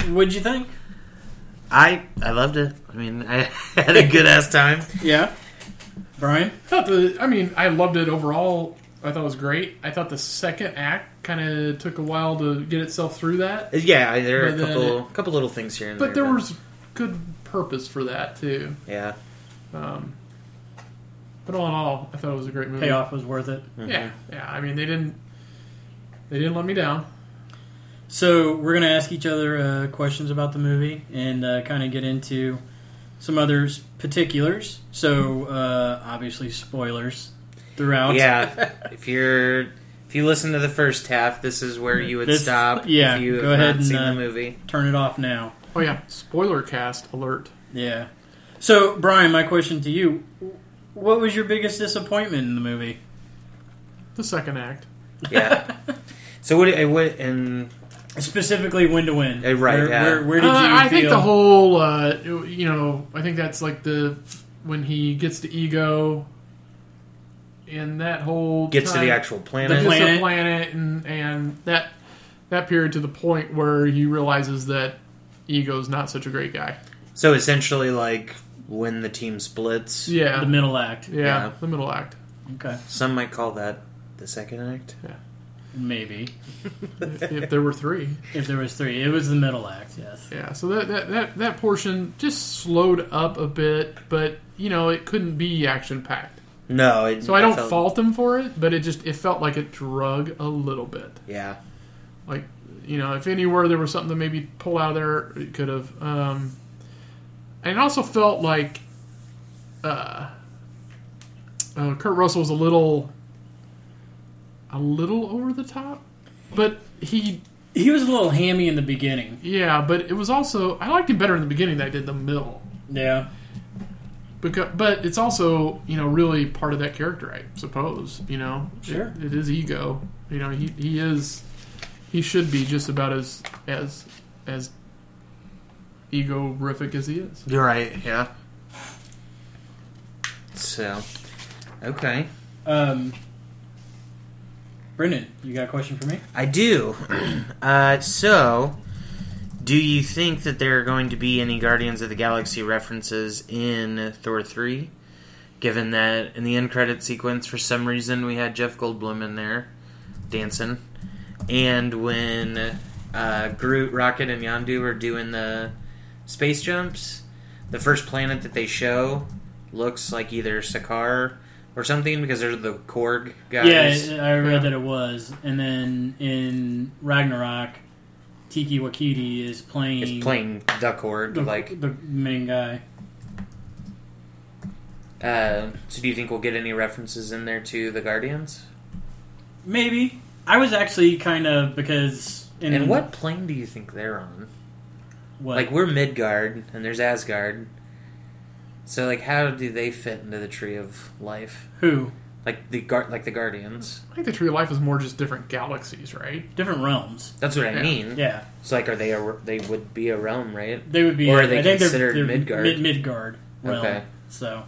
Speaker 2: what'd you think?
Speaker 4: I I loved it. I mean, I (laughs) had a good ass time.
Speaker 2: Yeah, Brian.
Speaker 3: I thought the. I mean, I loved it overall. I thought it was great. I thought the second act kind of took a while to get itself through that,
Speaker 4: Yeah, I- there are a
Speaker 3: But, uh,
Speaker 4: couple couple little things here and
Speaker 3: but
Speaker 4: there.
Speaker 3: there was good purpose for that too.
Speaker 4: yeah.
Speaker 3: Um, but all in all, I thought it was a great movie.
Speaker 2: Payoff was worth it.
Speaker 3: Yeah, yeah. I mean, they didn't they didn't let me down.
Speaker 2: So we're gonna ask each other uh, questions about the movie and uh, kind of get into some other s- particulars. So uh, obviously spoilers throughout.
Speaker 4: (laughs) yeah if you're if you listen to the first half this is where you would
Speaker 2: This-
Speaker 4: stop
Speaker 2: yeah,
Speaker 4: if you
Speaker 2: go
Speaker 4: have
Speaker 2: ahead
Speaker 4: not
Speaker 2: and,
Speaker 4: seen
Speaker 2: uh,
Speaker 4: the (laughs) movie
Speaker 2: Turn it off now.
Speaker 3: Oh yeah, spoiler cast alert.
Speaker 2: Yeah. So Brian, my question to you: What was your biggest disappointment in the movie?
Speaker 3: The second act.
Speaker 4: yeah so what it what and
Speaker 2: Specifically, win to win.
Speaker 4: Eh, right,
Speaker 2: Where,
Speaker 4: yeah.
Speaker 2: where, where did you?
Speaker 3: Uh, I think
Speaker 2: feel-
Speaker 3: the whole uh, you know I think that's like the when he gets to ego and that whole
Speaker 4: gets to
Speaker 3: time-
Speaker 4: the actual
Speaker 3: the
Speaker 4: planet
Speaker 2: plan-
Speaker 3: planet,
Speaker 2: planet.
Speaker 3: planet and and that that period to the point where he realizes that ego's not such a great guy.
Speaker 4: so essentially like when the team splits
Speaker 3: Yeah.
Speaker 2: the middle act.
Speaker 3: yeah,
Speaker 4: Yeah.
Speaker 3: the middle act.
Speaker 2: Okay.
Speaker 4: some might call that the second act
Speaker 2: maybe
Speaker 3: if there were three.
Speaker 2: if there was three. It was the middle act, yes.
Speaker 3: Yeah, so that, that, that, that portion just slowed up a bit, but you know, it couldn't be action packed.
Speaker 4: No, it,
Speaker 3: So I don't
Speaker 4: felt-
Speaker 3: fault him for it, but it just it felt like it drug a little bit.
Speaker 4: Yeah,
Speaker 3: Like you know, if anywhere there was something to maybe pull out of there, it could have. Um, and it also felt like uh, uh, Kurt Russell was a little, a little over the top, but he
Speaker 2: He was a little hammy in the beginning.
Speaker 3: yeah, but it was also I liked him better in the beginning than I did the middle.
Speaker 2: Yeah.
Speaker 3: Because, but it's also you know really part of that character, I suppose. You know,
Speaker 2: Sure.
Speaker 3: it, it is ego. You know, he he is he should be just about as as as egorific as he is.
Speaker 4: you're right. Yeah. So, okay,
Speaker 2: Um, Brendan, you got a question for me?
Speaker 4: I do. (clears throat) uh, so, do you think that there are going to be any Guardians of the Galaxy references in Thor three? Given that in the end credit sequence, for some reason, we had Jeff Goldblum in there dancing, and when uh, Groot, Rocket, and Yondu are doing the space jumps, the first planet that they show looks like either Sakaar or something because they're the Korg guys.
Speaker 2: Yeah, I read that it was. And then in Ragnarok, Tiki Wakiti is playing,
Speaker 4: is playing the Korg,
Speaker 2: the,
Speaker 4: like
Speaker 2: the main guy.
Speaker 4: Uh, so do you think we'll get any references in there to the Guardians?
Speaker 2: Maybe. I was actually kind of because in
Speaker 4: and what plane do you think they're on?
Speaker 2: what
Speaker 4: Like we're Midgard and there's Asgard. So like how do they fit into the tree of life?
Speaker 2: who
Speaker 4: Like the guard like the Guardians.
Speaker 3: I think the Tree of Life is more just different galaxies, right?
Speaker 2: different realms.
Speaker 4: That's what I
Speaker 3: Yeah.
Speaker 4: mean.
Speaker 2: Yeah,
Speaker 4: So like are they a, they would be a realm, right?
Speaker 2: they would be. uh,
Speaker 4: Or are they
Speaker 2: I think
Speaker 4: considered
Speaker 2: they're, they're
Speaker 4: Midgard?
Speaker 2: Mid- Midgard realm.
Speaker 4: Okay.
Speaker 2: So,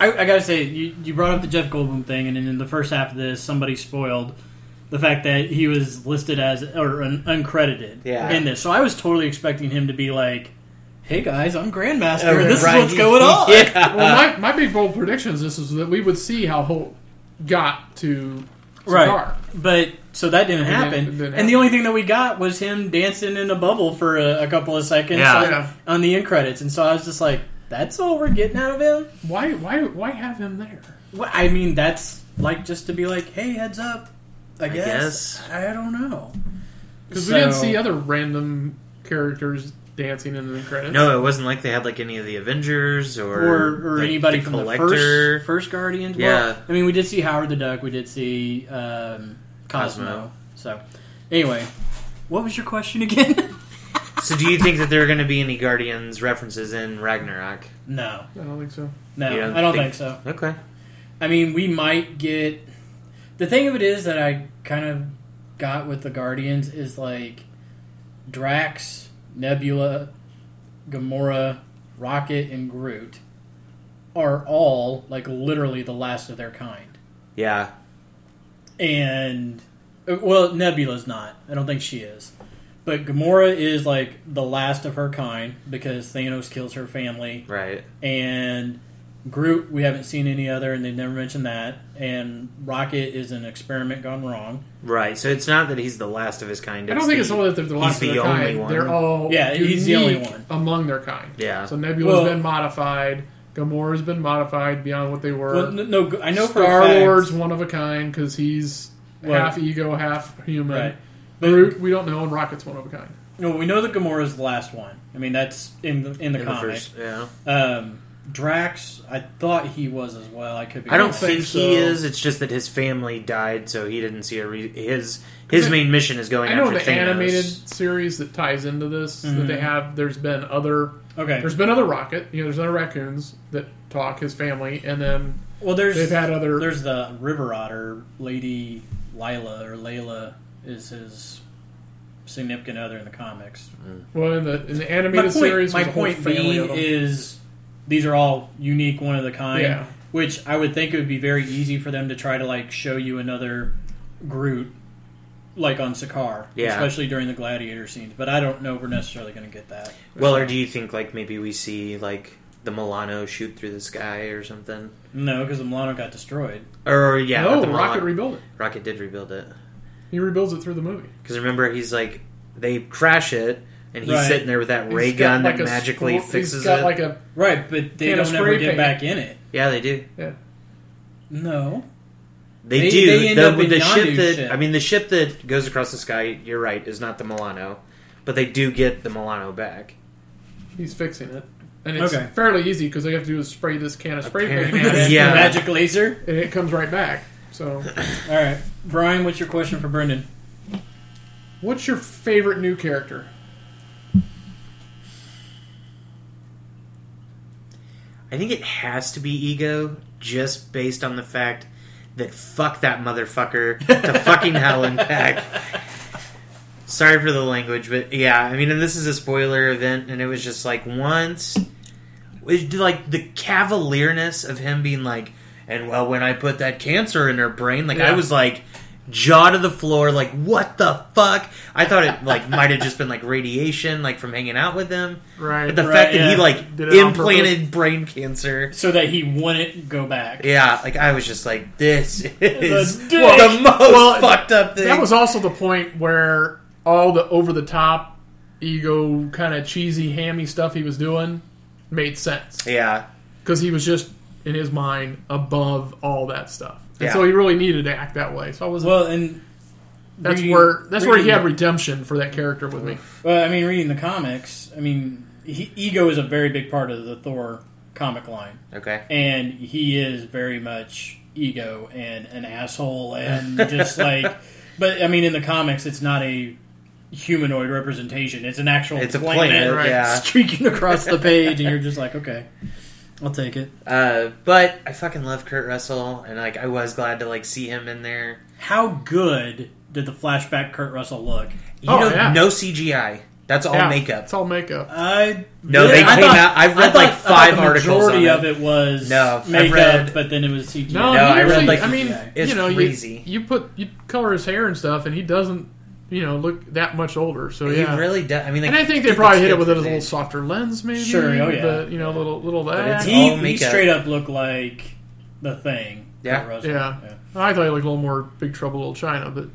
Speaker 2: I, I gotta say, you, you brought up the Jeff Goldblum thing, and in the first half of this, somebody spoiled the fact that he was listed as or un, uncredited
Speaker 4: Yeah.
Speaker 2: in this. So I was totally expecting him to be like, "Hey guys, I'm Grandmaster.
Speaker 4: Oh,
Speaker 2: this
Speaker 4: right.
Speaker 2: is what's
Speaker 4: (laughs)
Speaker 2: going on."
Speaker 4: Yeah.
Speaker 3: well, my, my big bold predictions this is that we would see how Hulk got to
Speaker 2: Right.
Speaker 3: Sakaar.
Speaker 2: But so that didn't
Speaker 3: didn't-
Speaker 2: happen.
Speaker 3: it didn't
Speaker 2: and
Speaker 3: happen.
Speaker 2: the only thing that we got was him dancing in a bubble for a, a couple of seconds
Speaker 4: Yeah.
Speaker 2: on,
Speaker 3: Yeah.
Speaker 2: on the end credits. And so I was just like, that's all we're getting out of him?
Speaker 3: Why why why have him there?
Speaker 2: Well, I mean, that's like just to be like, hey, heads up. I guess.
Speaker 4: guess.
Speaker 2: I, don't know.
Speaker 3: Because we didn't
Speaker 2: So-
Speaker 3: see other random characters dancing in the credits.
Speaker 4: No, it wasn't like they had like any of the Avengers or
Speaker 2: Or, or
Speaker 4: like,
Speaker 2: anybody
Speaker 4: the
Speaker 2: from the
Speaker 4: Collector.
Speaker 2: first, first Guardians.
Speaker 4: Yeah.
Speaker 2: Well, I mean, we did see Howard the Duck. We did see um, Cosmo.
Speaker 4: Cosmo.
Speaker 2: So, anyway, what was your question again? (laughs)
Speaker 4: So do you think that there are going to be any Guardians references in Ragnarok?
Speaker 2: no.
Speaker 3: I don't think so.
Speaker 2: No,
Speaker 4: You
Speaker 2: I don't think so.
Speaker 4: Okay.
Speaker 2: I mean, we might get. The thing of it is that I kind of got with the Guardians is like Drax, Nebula, Gamora, Rocket, and Groot are all like literally the last of their kind.
Speaker 4: Yeah.
Speaker 2: And uh, well, Nebula's not. I don't think she is. But Gamora is like the last of her kind because Thanos kills her family
Speaker 4: Right.
Speaker 2: and Groot, we haven't seen any other, and they've never mentioned that. And Rocket is an experiment gone wrong.
Speaker 4: Right. So it's not that he's the last of his kind.
Speaker 3: I don't think it's
Speaker 4: the-
Speaker 3: all that they're the last
Speaker 4: he's
Speaker 3: of
Speaker 4: the
Speaker 3: their
Speaker 4: only
Speaker 3: kind.
Speaker 4: one.
Speaker 3: They're all
Speaker 2: Yeah,
Speaker 3: unique
Speaker 2: he's the only one.
Speaker 3: among their kind.
Speaker 4: Yeah.
Speaker 3: So Nebula's
Speaker 2: Well-
Speaker 3: been modified. Gamora's been modified beyond what they were.
Speaker 2: Well, n- no, I know for
Speaker 3: Star
Speaker 2: a fact,
Speaker 3: Lord's one of a kind because he's
Speaker 2: Well-
Speaker 3: half ego, half human.
Speaker 2: Right. But-
Speaker 3: Groot, we don't know, and Rocket's one of a kind.
Speaker 2: No, we know that Gamora's the last one. I mean, that's in the in the
Speaker 4: in the
Speaker 2: comic.
Speaker 4: first. Yeah.
Speaker 2: Um, Drax, I thought he was as well. I could be.
Speaker 4: I don't
Speaker 2: wrong.
Speaker 4: think
Speaker 3: think
Speaker 4: he
Speaker 3: so.
Speaker 4: is. It's just that his family died, so he didn't see a re- his his main mission is going
Speaker 3: I know
Speaker 4: after
Speaker 3: the
Speaker 4: Thanos.
Speaker 3: animated series that ties into this that
Speaker 2: Mm-hmm.
Speaker 3: they have. There's been other.
Speaker 2: Okay.
Speaker 3: There's been other Rocket. You know, there's other raccoons that talk his family, and then
Speaker 2: well, there's
Speaker 3: they've had other-
Speaker 2: There's the River Otter Lady Lila or Layla is his significant other in the comics.
Speaker 3: well in the in the
Speaker 2: my point,
Speaker 3: animated series.
Speaker 2: my
Speaker 3: there's a whole
Speaker 2: point
Speaker 3: family
Speaker 2: being
Speaker 3: of them.
Speaker 2: is these are all unique, one of the kind.
Speaker 3: Yeah.
Speaker 2: Which I would think it would be very easy for them to try to like show you another Groot, like on Sakaar,
Speaker 4: Yeah.
Speaker 2: especially during the gladiator scenes. But I don't know if we're necessarily going to get that.
Speaker 4: Well, or do you think like maybe we see like the Milano shoot through the sky or something?
Speaker 2: No, because the Milano got destroyed.
Speaker 4: Or yeah,
Speaker 3: no
Speaker 4: the Milano-
Speaker 3: Rocket rebuilt it.
Speaker 4: Rocket did rebuild it.
Speaker 3: He rebuilds it through the movie.
Speaker 4: Because remember, he's like, they crash it, and he's
Speaker 2: Right.
Speaker 4: sitting there with that
Speaker 3: He's
Speaker 4: ray
Speaker 3: got
Speaker 4: gun
Speaker 3: like
Speaker 4: that
Speaker 3: a
Speaker 4: magically
Speaker 3: squir-
Speaker 4: fixes
Speaker 3: he's got
Speaker 4: it.
Speaker 3: Like a
Speaker 2: Right, but they
Speaker 3: Can of
Speaker 2: don't ever
Speaker 3: spray
Speaker 2: get
Speaker 3: paint.
Speaker 2: back in it.
Speaker 4: yeah, they do.
Speaker 3: (laughs)
Speaker 2: No.
Speaker 4: They,
Speaker 2: They-
Speaker 4: do.
Speaker 2: they end
Speaker 4: the
Speaker 2: up in
Speaker 4: the
Speaker 2: Yondu's
Speaker 4: ship that
Speaker 2: ship.
Speaker 4: I mean, the ship that goes across the sky. You're right. Is not the Milano, but they do get the Milano back.
Speaker 3: He's fixing it, and it's
Speaker 2: Okay.
Speaker 3: fairly easy because all you have to do is spray this can of spray paint,
Speaker 4: Apparently.
Speaker 3: at it,
Speaker 4: (laughs) Yeah.
Speaker 2: Magic laser.
Speaker 3: and it comes right back. So,
Speaker 2: All right, Brian. What's your question for Brendan?
Speaker 3: what's your favorite new character?
Speaker 4: I think it has to be ego, just based on the fact that fuck that motherfucker to fucking hell and back. Sorry for the language, but yeah, I mean, and this is a spoiler event, and it was just like once, it, like the cavalierness of him being like, and well, when I put that cancer in her brain, like I
Speaker 3: Yeah.
Speaker 4: was like jaw to the floor, like what the fuck? I thought it like might have just been like radiation, like from hanging out with him.
Speaker 3: Right.
Speaker 4: But the
Speaker 2: Right,
Speaker 4: fact that
Speaker 2: yeah.
Speaker 4: he like
Speaker 3: Did it on
Speaker 4: implanted brain cancer.
Speaker 2: So that he wouldn't go back.
Speaker 4: Yeah, like I was just like, this (laughs) is
Speaker 2: dick.
Speaker 4: the
Speaker 2: Well,
Speaker 4: most
Speaker 3: well,
Speaker 4: fucked up thing.
Speaker 3: That was also the point where all the over the top, ego kind of cheesy, hammy stuff he was doing made sense
Speaker 4: yeah,
Speaker 3: because he was just in his mind above all that stuff, and
Speaker 4: Yeah.
Speaker 3: so he really needed to act that way. So I was
Speaker 2: Well, and
Speaker 3: that's
Speaker 2: reading-
Speaker 3: where that's where he
Speaker 2: reading-
Speaker 3: had redemption for that character with me.
Speaker 2: Well, I mean, reading the comics, I mean, he, ego is a very big part of the Thor comic line,
Speaker 4: okay.
Speaker 2: and he is very much ego and an asshole,
Speaker 4: (laughs)
Speaker 2: and just like, but I mean, in the comics, it's not a humanoid representation; it's an actual
Speaker 4: It's a planet,
Speaker 2: (laughs)
Speaker 3: right.
Speaker 4: yeah.
Speaker 2: streaking across the page, and you're just like, okay, I'll take it.
Speaker 4: Uh, but I fucking love Kurt Russell, and like I was glad to like see him in there.
Speaker 2: How good did the flashback Kurt Russell look?
Speaker 4: You
Speaker 3: Oh,
Speaker 4: know,
Speaker 3: yeah.
Speaker 4: no CGI. That's all
Speaker 3: Yeah,
Speaker 4: makeup.
Speaker 3: It's all makeup.
Speaker 2: I
Speaker 4: No, they
Speaker 2: I
Speaker 4: came out- I've read,
Speaker 2: I thought-
Speaker 4: like,
Speaker 2: I thought
Speaker 4: five
Speaker 2: the
Speaker 4: articles on
Speaker 2: Majority
Speaker 4: it.
Speaker 2: of it was
Speaker 4: No, I've
Speaker 2: makeup,
Speaker 4: read-
Speaker 2: but then it was CGI.
Speaker 3: No,
Speaker 4: No,
Speaker 3: he
Speaker 4: I read,
Speaker 3: really-
Speaker 4: like,
Speaker 3: I mean,
Speaker 4: it's
Speaker 3: you know, you-
Speaker 4: crazy.
Speaker 3: You, put you color his hair and stuff, and he doesn't, you know, look that much older. So
Speaker 4: He
Speaker 3: yeah,
Speaker 4: really does. I mean, like,
Speaker 3: and I think they
Speaker 4: dude,
Speaker 3: probably
Speaker 4: that's
Speaker 3: hit it
Speaker 4: good
Speaker 3: with
Speaker 4: for
Speaker 3: a little
Speaker 4: his age.
Speaker 3: softer lens, maybe.
Speaker 2: Sure, oh, yeah.
Speaker 3: but, you know, a little little that.
Speaker 4: it's-
Speaker 2: he,
Speaker 4: all
Speaker 2: he
Speaker 4: makeup.
Speaker 2: straight up looked like the thing.
Speaker 4: Yeah.
Speaker 2: Kurt Russell.
Speaker 3: yeah. I thought he looked a little more Big Trouble Little China,
Speaker 4: (laughs)
Speaker 3: but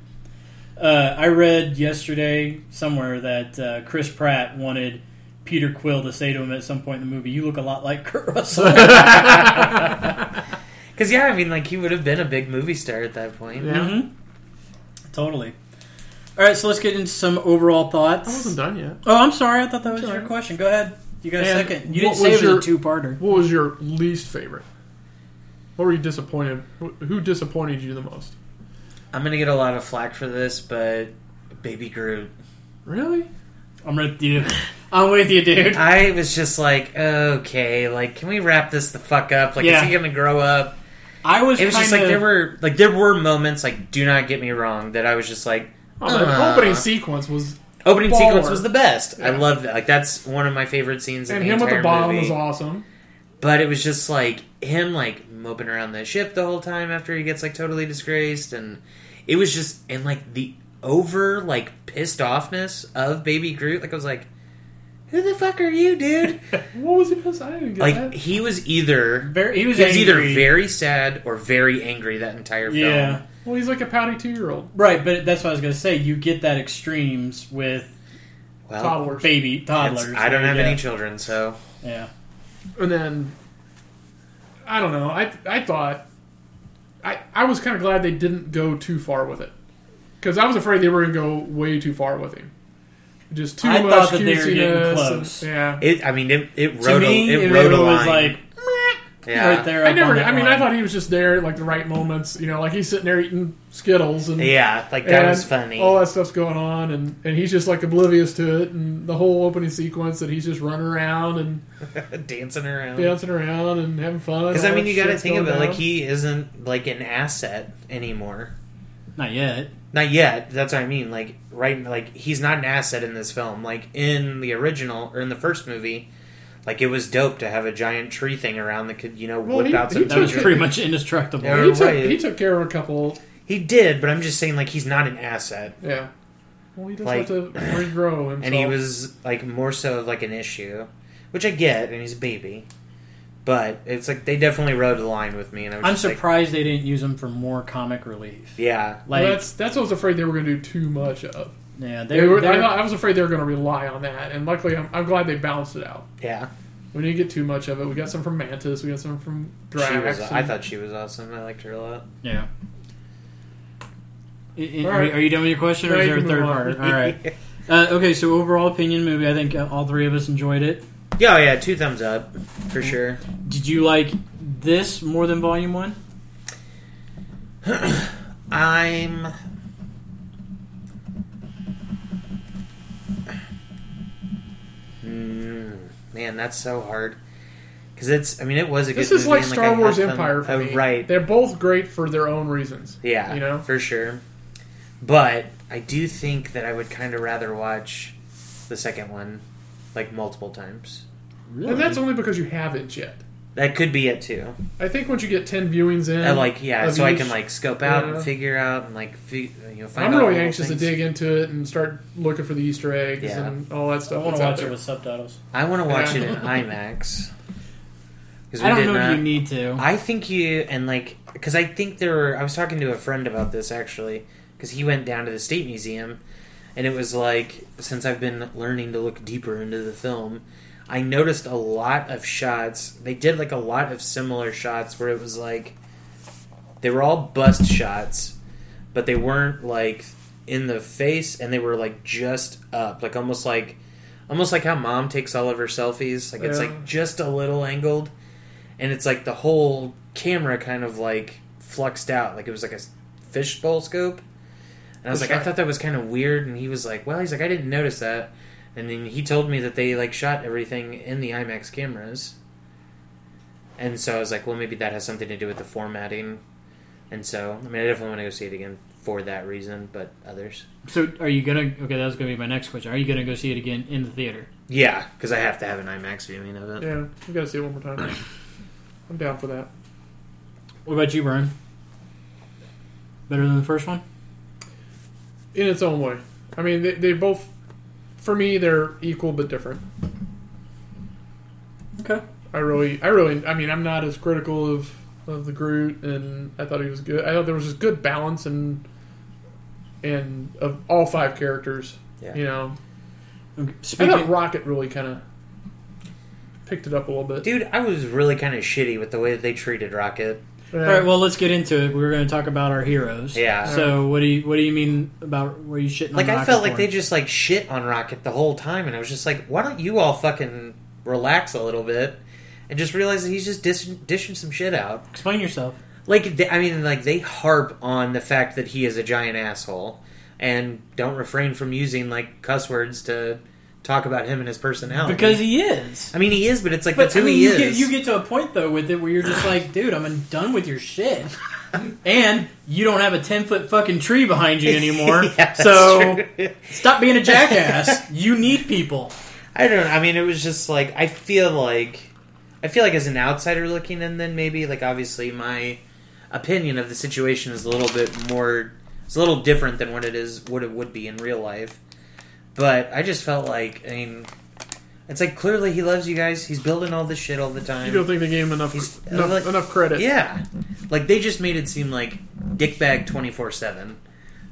Speaker 2: Uh, I read yesterday somewhere that uh, Chris Pratt wanted Peter Quill to say to him at some point in the movie, "You look a lot like Kurt
Speaker 3: (laughs)
Speaker 2: Russell."
Speaker 4: Because yeah, I mean, like he would have been a big movie star at that point.
Speaker 3: yeah,
Speaker 2: Mhm. Totally. All right, so let's get into some overall
Speaker 3: I
Speaker 2: thoughts.
Speaker 3: wasn't done yet.
Speaker 2: Oh, I'm sorry. I thought that was
Speaker 3: Sure.
Speaker 2: your question. Go ahead. You got a
Speaker 3: And
Speaker 2: second. You
Speaker 3: what
Speaker 2: didn't say
Speaker 3: was
Speaker 2: it
Speaker 3: your-
Speaker 2: was a two-parter.
Speaker 3: What was your least favorite? What were you disappointed? wh- Who disappointed you the most?
Speaker 4: I'm gonna get a lot of flack for this, but Baby Groot.
Speaker 3: Really?
Speaker 2: I'm with you. I'm with you, dude.
Speaker 4: I was just like, okay, like, can we wrap this the fuck up? Like,
Speaker 2: Yeah.
Speaker 4: is he gonna grow up?
Speaker 2: I was.
Speaker 4: It was
Speaker 2: kind
Speaker 4: just like
Speaker 2: of,
Speaker 4: there were like there were moments like do not get me wrong that I was just like
Speaker 3: Oh, the
Speaker 4: Uh.
Speaker 3: opening sequence was,
Speaker 4: opening
Speaker 3: Baller.
Speaker 4: sequence was the best. I
Speaker 3: Yeah.
Speaker 4: loved that. Like that's one of my favorite scenes.
Speaker 3: and
Speaker 4: in
Speaker 3: him
Speaker 4: the
Speaker 3: with
Speaker 4: entire
Speaker 3: the bomb
Speaker 4: movie.
Speaker 3: was awesome.
Speaker 4: But it was just like him like moping around the ship the whole time after he gets like totally disgraced, and it was just and like the over like pissed offness of Baby Groot. Like I was like, who the fuck are
Speaker 3: (laughs)
Speaker 4: you, dude?
Speaker 3: What was he pissed? I didn't get
Speaker 4: like
Speaker 3: that.
Speaker 4: he was either
Speaker 2: Very, he was
Speaker 4: he was either
Speaker 2: angry.
Speaker 4: very sad or very angry that entire film.
Speaker 2: Yeah.
Speaker 3: Well, he's like a pouty two-year-old
Speaker 2: Right, but that's what I was gonna say. You get that extremes with Oh,
Speaker 4: Well,
Speaker 3: toddler.
Speaker 2: baby
Speaker 4: it's-
Speaker 2: toddlers.
Speaker 4: I don't have
Speaker 2: yeah.
Speaker 4: any children, so
Speaker 2: Yeah.
Speaker 3: And then I don't know. I I thought I I was kind of glad they didn't go too far with it because I was afraid they were going to go way too far with him. Just too
Speaker 2: I
Speaker 3: much
Speaker 2: thought that they were
Speaker 3: cutesiness
Speaker 2: getting
Speaker 3: and-
Speaker 2: close.
Speaker 3: yeah.
Speaker 4: it. I mean, it it
Speaker 2: To
Speaker 4: wrote
Speaker 2: me,
Speaker 4: a, it,
Speaker 2: it,
Speaker 4: wrote a
Speaker 2: was
Speaker 4: line.
Speaker 2: like
Speaker 4: yeah.
Speaker 2: right there.
Speaker 3: I
Speaker 2: up
Speaker 3: never.
Speaker 2: on that
Speaker 3: I mean, I
Speaker 2: line.
Speaker 3: thought he was just there at like the right moments. You know, like he's sitting there eating Skittles and
Speaker 4: Yeah, like that
Speaker 3: and oh,
Speaker 4: was funny.
Speaker 3: All that stuff's going on, and, and he's just like oblivious to it, and the whole opening sequence that he's just running around and
Speaker 4: Dancing around.
Speaker 3: dancing around and having fun. and
Speaker 4: Because Oh. I
Speaker 3: all
Speaker 4: mean,
Speaker 3: that
Speaker 4: you got to
Speaker 3: shit's
Speaker 4: think
Speaker 3: going
Speaker 4: about like
Speaker 3: down.
Speaker 4: he isn't like an asset anymore.
Speaker 2: not yet.
Speaker 4: Not yet. That's what I mean. Like right, like he's not an asset in this film. Like in the original or in the first movie, like it was dope to have a giant tree thing around that could you know
Speaker 3: Well,
Speaker 4: whip
Speaker 3: he-
Speaker 4: out
Speaker 3: he
Speaker 4: some.
Speaker 2: That was
Speaker 3: Okay.
Speaker 2: pretty much indestructible.
Speaker 4: Yeah.
Speaker 3: he took,
Speaker 4: Right.
Speaker 3: he took care of a couple.
Speaker 4: He did, but I'm just saying like he's not an asset,
Speaker 3: Yeah. Well, he does
Speaker 4: Like-
Speaker 3: have to regrow himself.
Speaker 4: and he was like more so of like an issue, which I get, and he's a baby. But it's like they definitely rode the line with me, and I was
Speaker 2: I'm
Speaker 4: just like,
Speaker 2: surprised they didn't use them for more comic relief.
Speaker 4: yeah,
Speaker 2: Like,
Speaker 3: that's that's what I was afraid they were going to do too much of.
Speaker 2: yeah, they're,
Speaker 3: They were,
Speaker 2: they're-
Speaker 3: I, thought- I was afraid they were going to rely on that, and luckily, I'm, I'm glad they balanced it out.
Speaker 4: yeah.
Speaker 3: We didn't get too much of it. We got some from Mantis. We got some from Drax.
Speaker 4: She was. I
Speaker 3: and-
Speaker 4: thought she was awesome. I liked her a lot.
Speaker 2: yeah. I- I-
Speaker 3: All
Speaker 2: are,
Speaker 3: right.
Speaker 2: you- are you done with your question, or
Speaker 3: Yeah,
Speaker 2: is
Speaker 3: you
Speaker 2: there a
Speaker 3: can
Speaker 2: third
Speaker 3: move on.
Speaker 4: (laughs)
Speaker 2: part? All right. Uh, okay, so overall opinion movie. I think uh, all three of us enjoyed it.
Speaker 4: Yeah, oh, yeah, two thumbs up
Speaker 3: Mm-hmm.
Speaker 4: for sure.
Speaker 2: Did you like this more than Volume One?
Speaker 4: I'm. Mm, man, that's so hard. Because it's. I mean, it was a good.
Speaker 3: This is
Speaker 4: movie,
Speaker 3: like
Speaker 4: and,
Speaker 3: Star
Speaker 4: I
Speaker 3: Wars
Speaker 4: got them-
Speaker 3: Empire for
Speaker 4: oh,
Speaker 3: me.
Speaker 4: right?
Speaker 3: They're both great for their own reasons.
Speaker 4: Yeah,
Speaker 3: You know?
Speaker 4: for sure. But I do think that I would kind of rather watch the second one like multiple times.
Speaker 2: Really?
Speaker 3: And that's only because you haven't yet.
Speaker 4: That could be it too.
Speaker 3: I think once you get 10 viewings in.
Speaker 4: I like yeah,
Speaker 3: of
Speaker 4: so I
Speaker 3: each-
Speaker 4: can like scope out
Speaker 3: Yeah.
Speaker 4: and figure out and like fi- you know find.
Speaker 3: I'm
Speaker 4: out
Speaker 3: really
Speaker 4: little
Speaker 3: anxious
Speaker 4: things.
Speaker 3: to dig into it and start looking for the Easter eggs
Speaker 4: Yeah.
Speaker 3: and all that
Speaker 2: I
Speaker 3: stuff.
Speaker 2: want
Speaker 3: that's
Speaker 2: to
Speaker 3: out
Speaker 2: watch
Speaker 3: there.
Speaker 2: it with subtitles.
Speaker 4: I want to watch
Speaker 3: Yeah.
Speaker 4: it
Speaker 3: (laughs)
Speaker 4: in IMAX. 'Cause we
Speaker 2: I don't
Speaker 4: did
Speaker 2: know
Speaker 4: not-
Speaker 2: if you need to.
Speaker 4: I think you and like because I think there were. I was talking to a friend about this actually because he went down to the state museum, and it was like since I've been learning to look deeper into the film, I noticed a lot of shots. They did like a lot of similar shots where it was like they were all bust shots, but they weren't like in the face, and they were like just up, like almost like. Almost like how mom takes all of her selfies, like it's
Speaker 3: Yeah.
Speaker 4: like just a little angled, and it's like the whole camera kind of like fluxed out like it was like a fishbowl scope and i was like i thought that was kind of weird and he was like well he's like i didn't notice that and then he told me that they like shot everything in the imax cameras and so i was like well maybe that has something to do with the formatting and so i mean i definitely want to go see it again for that reason but others
Speaker 2: so, are you gonna? Okay, that was gonna be my next question. Are you gonna go see it again in the theater?
Speaker 4: yeah because i have to have an imax viewing of it
Speaker 3: Yeah, we got to see it one more time. I'm down for that.
Speaker 2: What about you, Brian? Better than the first one?
Speaker 3: In its own way. I mean, they, they both, for me, they're equal but different.
Speaker 2: Okay.
Speaker 3: I really, I really, I mean, I'm not as critical of of the Groot, and I thought he was good. I thought there was just good balance and and of all five characters.
Speaker 4: Yeah.
Speaker 3: You know, I
Speaker 2: Speaking.
Speaker 3: thought Rocket really kind of picked it up a little bit.
Speaker 4: dude i was really kind of shitty with the way that they treated rocket
Speaker 3: Yeah.
Speaker 2: All right, well, let's get into it. We were going to talk about our heroes.
Speaker 4: Yeah.
Speaker 2: So, what do you what do you mean about were you shitting?
Speaker 4: Like
Speaker 2: on
Speaker 4: I
Speaker 2: Rocket
Speaker 4: felt like
Speaker 2: for?
Speaker 4: they just like shit on Rocket the whole time, and I was just like, why don't you all fucking relax a little bit and just realize that he's just dis- dishing some shit out.
Speaker 2: explain yourself.
Speaker 4: Like they, I mean, like they harp on the fact that he is a giant asshole and don't refrain from using like cuss words to talk about him and his personality.
Speaker 2: Because he is.
Speaker 4: I mean, he is, but it's like
Speaker 2: But
Speaker 4: that's who
Speaker 2: I mean,
Speaker 4: he
Speaker 2: you
Speaker 4: is.
Speaker 2: get you get to a point though with it where you're just like, dude, I'm done with your
Speaker 4: (laughs)
Speaker 2: shit, and you don't have a ten foot fucking tree behind you anymore.
Speaker 4: (laughs) Yeah, that's
Speaker 2: so
Speaker 4: true.
Speaker 2: stop being a jackass. you need people.
Speaker 4: I don't know. I mean, it was just like I feel like I feel like as an outsider looking in, then maybe like obviously my opinion of the situation is a little bit more. It's a little different than what it is, what it would be in real life. But I just felt like I mean, it's like clearly he loves you guys. He's building all this shit all the time.
Speaker 3: you don't think they gave him enough
Speaker 4: He's-
Speaker 3: enough,
Speaker 4: like-
Speaker 3: enough credit?
Speaker 4: Yeah, like they just made it seem like dickbag twenty four seven.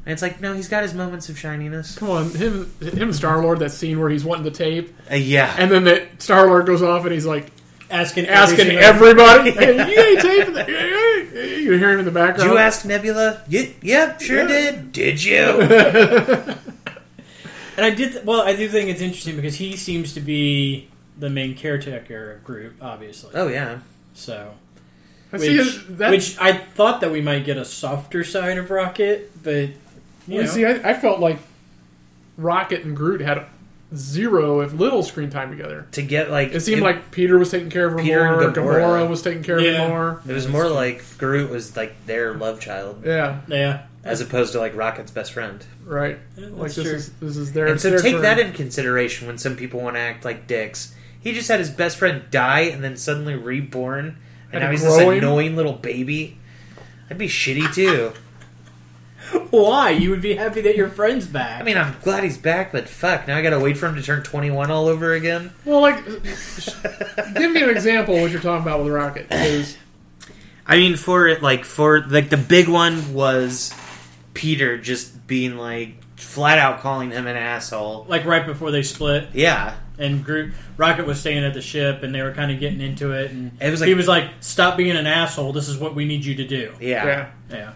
Speaker 4: And it's like no, he's got his moments of shininess.
Speaker 3: Come on, him, him, Star Lord. That scene where he's wanting the tape,
Speaker 4: Uh, yeah,
Speaker 3: and then that Star Lord goes off, and he's like
Speaker 2: Asking
Speaker 3: asking
Speaker 2: every single-
Speaker 3: (laughs) everybody, "Hey, you ain't taping that." You hear him in the
Speaker 4: Did
Speaker 3: background.
Speaker 4: you ask Nebula? Y- yep, sure
Speaker 3: Yeah.
Speaker 4: did.
Speaker 3: (laughs)
Speaker 4: Did you?
Speaker 2: And I did. well, I do think it's interesting because he seems to be the main caretaker group, obviously.
Speaker 4: oh yeah.
Speaker 2: So.
Speaker 3: I see
Speaker 2: Which,
Speaker 3: it- that-
Speaker 2: which I thought that we might get a softer side of Rocket, but you
Speaker 3: Well,
Speaker 2: know,
Speaker 3: see, I, I felt like Rocket and Groot had zero, if little, screen time together.
Speaker 4: To get like
Speaker 3: It seemed like Peter was taking care of her
Speaker 4: Peter and
Speaker 3: more,
Speaker 4: Gamora.
Speaker 3: Gamora. was taking care of
Speaker 2: Yeah.
Speaker 3: her more.
Speaker 4: it was more like Groot was like their love child
Speaker 3: Yeah,
Speaker 2: yeah,
Speaker 4: as opposed to like Rocket's best friend.
Speaker 3: right.
Speaker 2: Yeah,
Speaker 3: like
Speaker 2: that's
Speaker 3: this
Speaker 2: true.
Speaker 3: is this is their.
Speaker 4: And so
Speaker 3: their
Speaker 4: take
Speaker 3: turn.
Speaker 4: that in consideration when some people want to act like dicks. He just had his best friend die and then suddenly reborn, and
Speaker 3: Had to
Speaker 4: now he's this
Speaker 3: grow him.
Speaker 4: annoying little baby. That'd be shitty too.
Speaker 2: Why? You would be happy that your friend's back.
Speaker 4: I mean, I'm glad he's back, but fuck, now I gotta wait for him to turn 21 all over again.
Speaker 3: Well, like, give me an example of what you're talking about with Rocket. 'cause
Speaker 4: (laughs) I mean, for it, like, for, like, the big one was Peter just being, like, flat out calling him an asshole.
Speaker 2: like right before they split,
Speaker 4: Yeah.
Speaker 2: and Groot Rocket was staying at the ship, and they were kind of getting into it, and
Speaker 4: It was like-
Speaker 2: he was like, "Stop being an asshole. This is what we need you to do."
Speaker 4: Yeah.
Speaker 3: yeah.
Speaker 2: Yeah,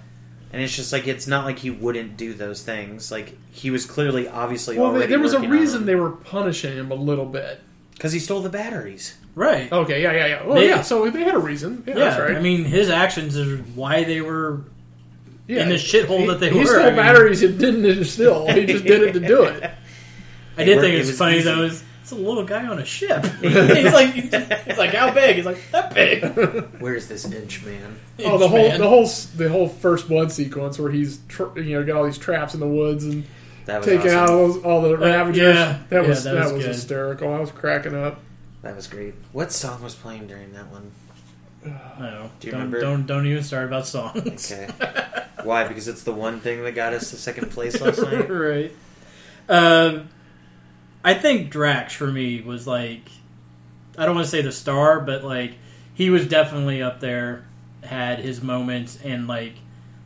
Speaker 4: And it's just like, it's not like he wouldn't do those things. Like, he was clearly, obviously,
Speaker 3: Well,
Speaker 4: already.
Speaker 3: there was a reason they were punishing him a little bit.
Speaker 4: Because he stole the batteries.
Speaker 2: right.
Speaker 3: Okay, yeah, yeah, yeah. Well,
Speaker 2: They-
Speaker 3: yeah, so they had a reason. Yeah,
Speaker 2: yeah,
Speaker 3: Oh, that's right.
Speaker 2: I mean, his actions is why they were
Speaker 3: yeah.
Speaker 2: in the shithole
Speaker 3: He-
Speaker 2: that they
Speaker 3: he
Speaker 2: were.
Speaker 3: stole
Speaker 2: I mean-
Speaker 3: batteries and didn't just still. He just did it to
Speaker 2: (laughs)
Speaker 3: do it.
Speaker 2: I did think
Speaker 4: It worked-
Speaker 2: it
Speaker 4: it
Speaker 2: was,
Speaker 4: was
Speaker 2: funny
Speaker 4: easy.
Speaker 2: though. It's, it's a little guy on a (laughs) ship. he's like, he's like, how big? He's like, that big.
Speaker 4: Where's this inch man?
Speaker 3: Oh, the
Speaker 2: Inch
Speaker 3: whole,
Speaker 2: man.
Speaker 3: the whole, s- the whole first blood sequence where he's, tr- you know, got all these traps in the woods and
Speaker 4: That was
Speaker 3: taking
Speaker 4: awesome.
Speaker 3: out all, those, all the ravagers.
Speaker 2: Uh, yeah.
Speaker 3: that
Speaker 2: Yeah,
Speaker 3: was
Speaker 2: that
Speaker 3: that,
Speaker 2: was
Speaker 3: was,
Speaker 2: good.
Speaker 3: hysterical. I was cracking up.
Speaker 4: That was great. What song was playing during that one?
Speaker 2: No,
Speaker 4: Do you
Speaker 2: don't,
Speaker 4: remember?
Speaker 2: don't don't even start about (laughs) songs.
Speaker 4: Okay. Why? Because it's the one thing that got us to second place last
Speaker 3: (laughs)
Speaker 4: night.
Speaker 2: right. Um, I think Drax for me was like, I don't want to say the star, but like he was definitely up there, had his moments, and like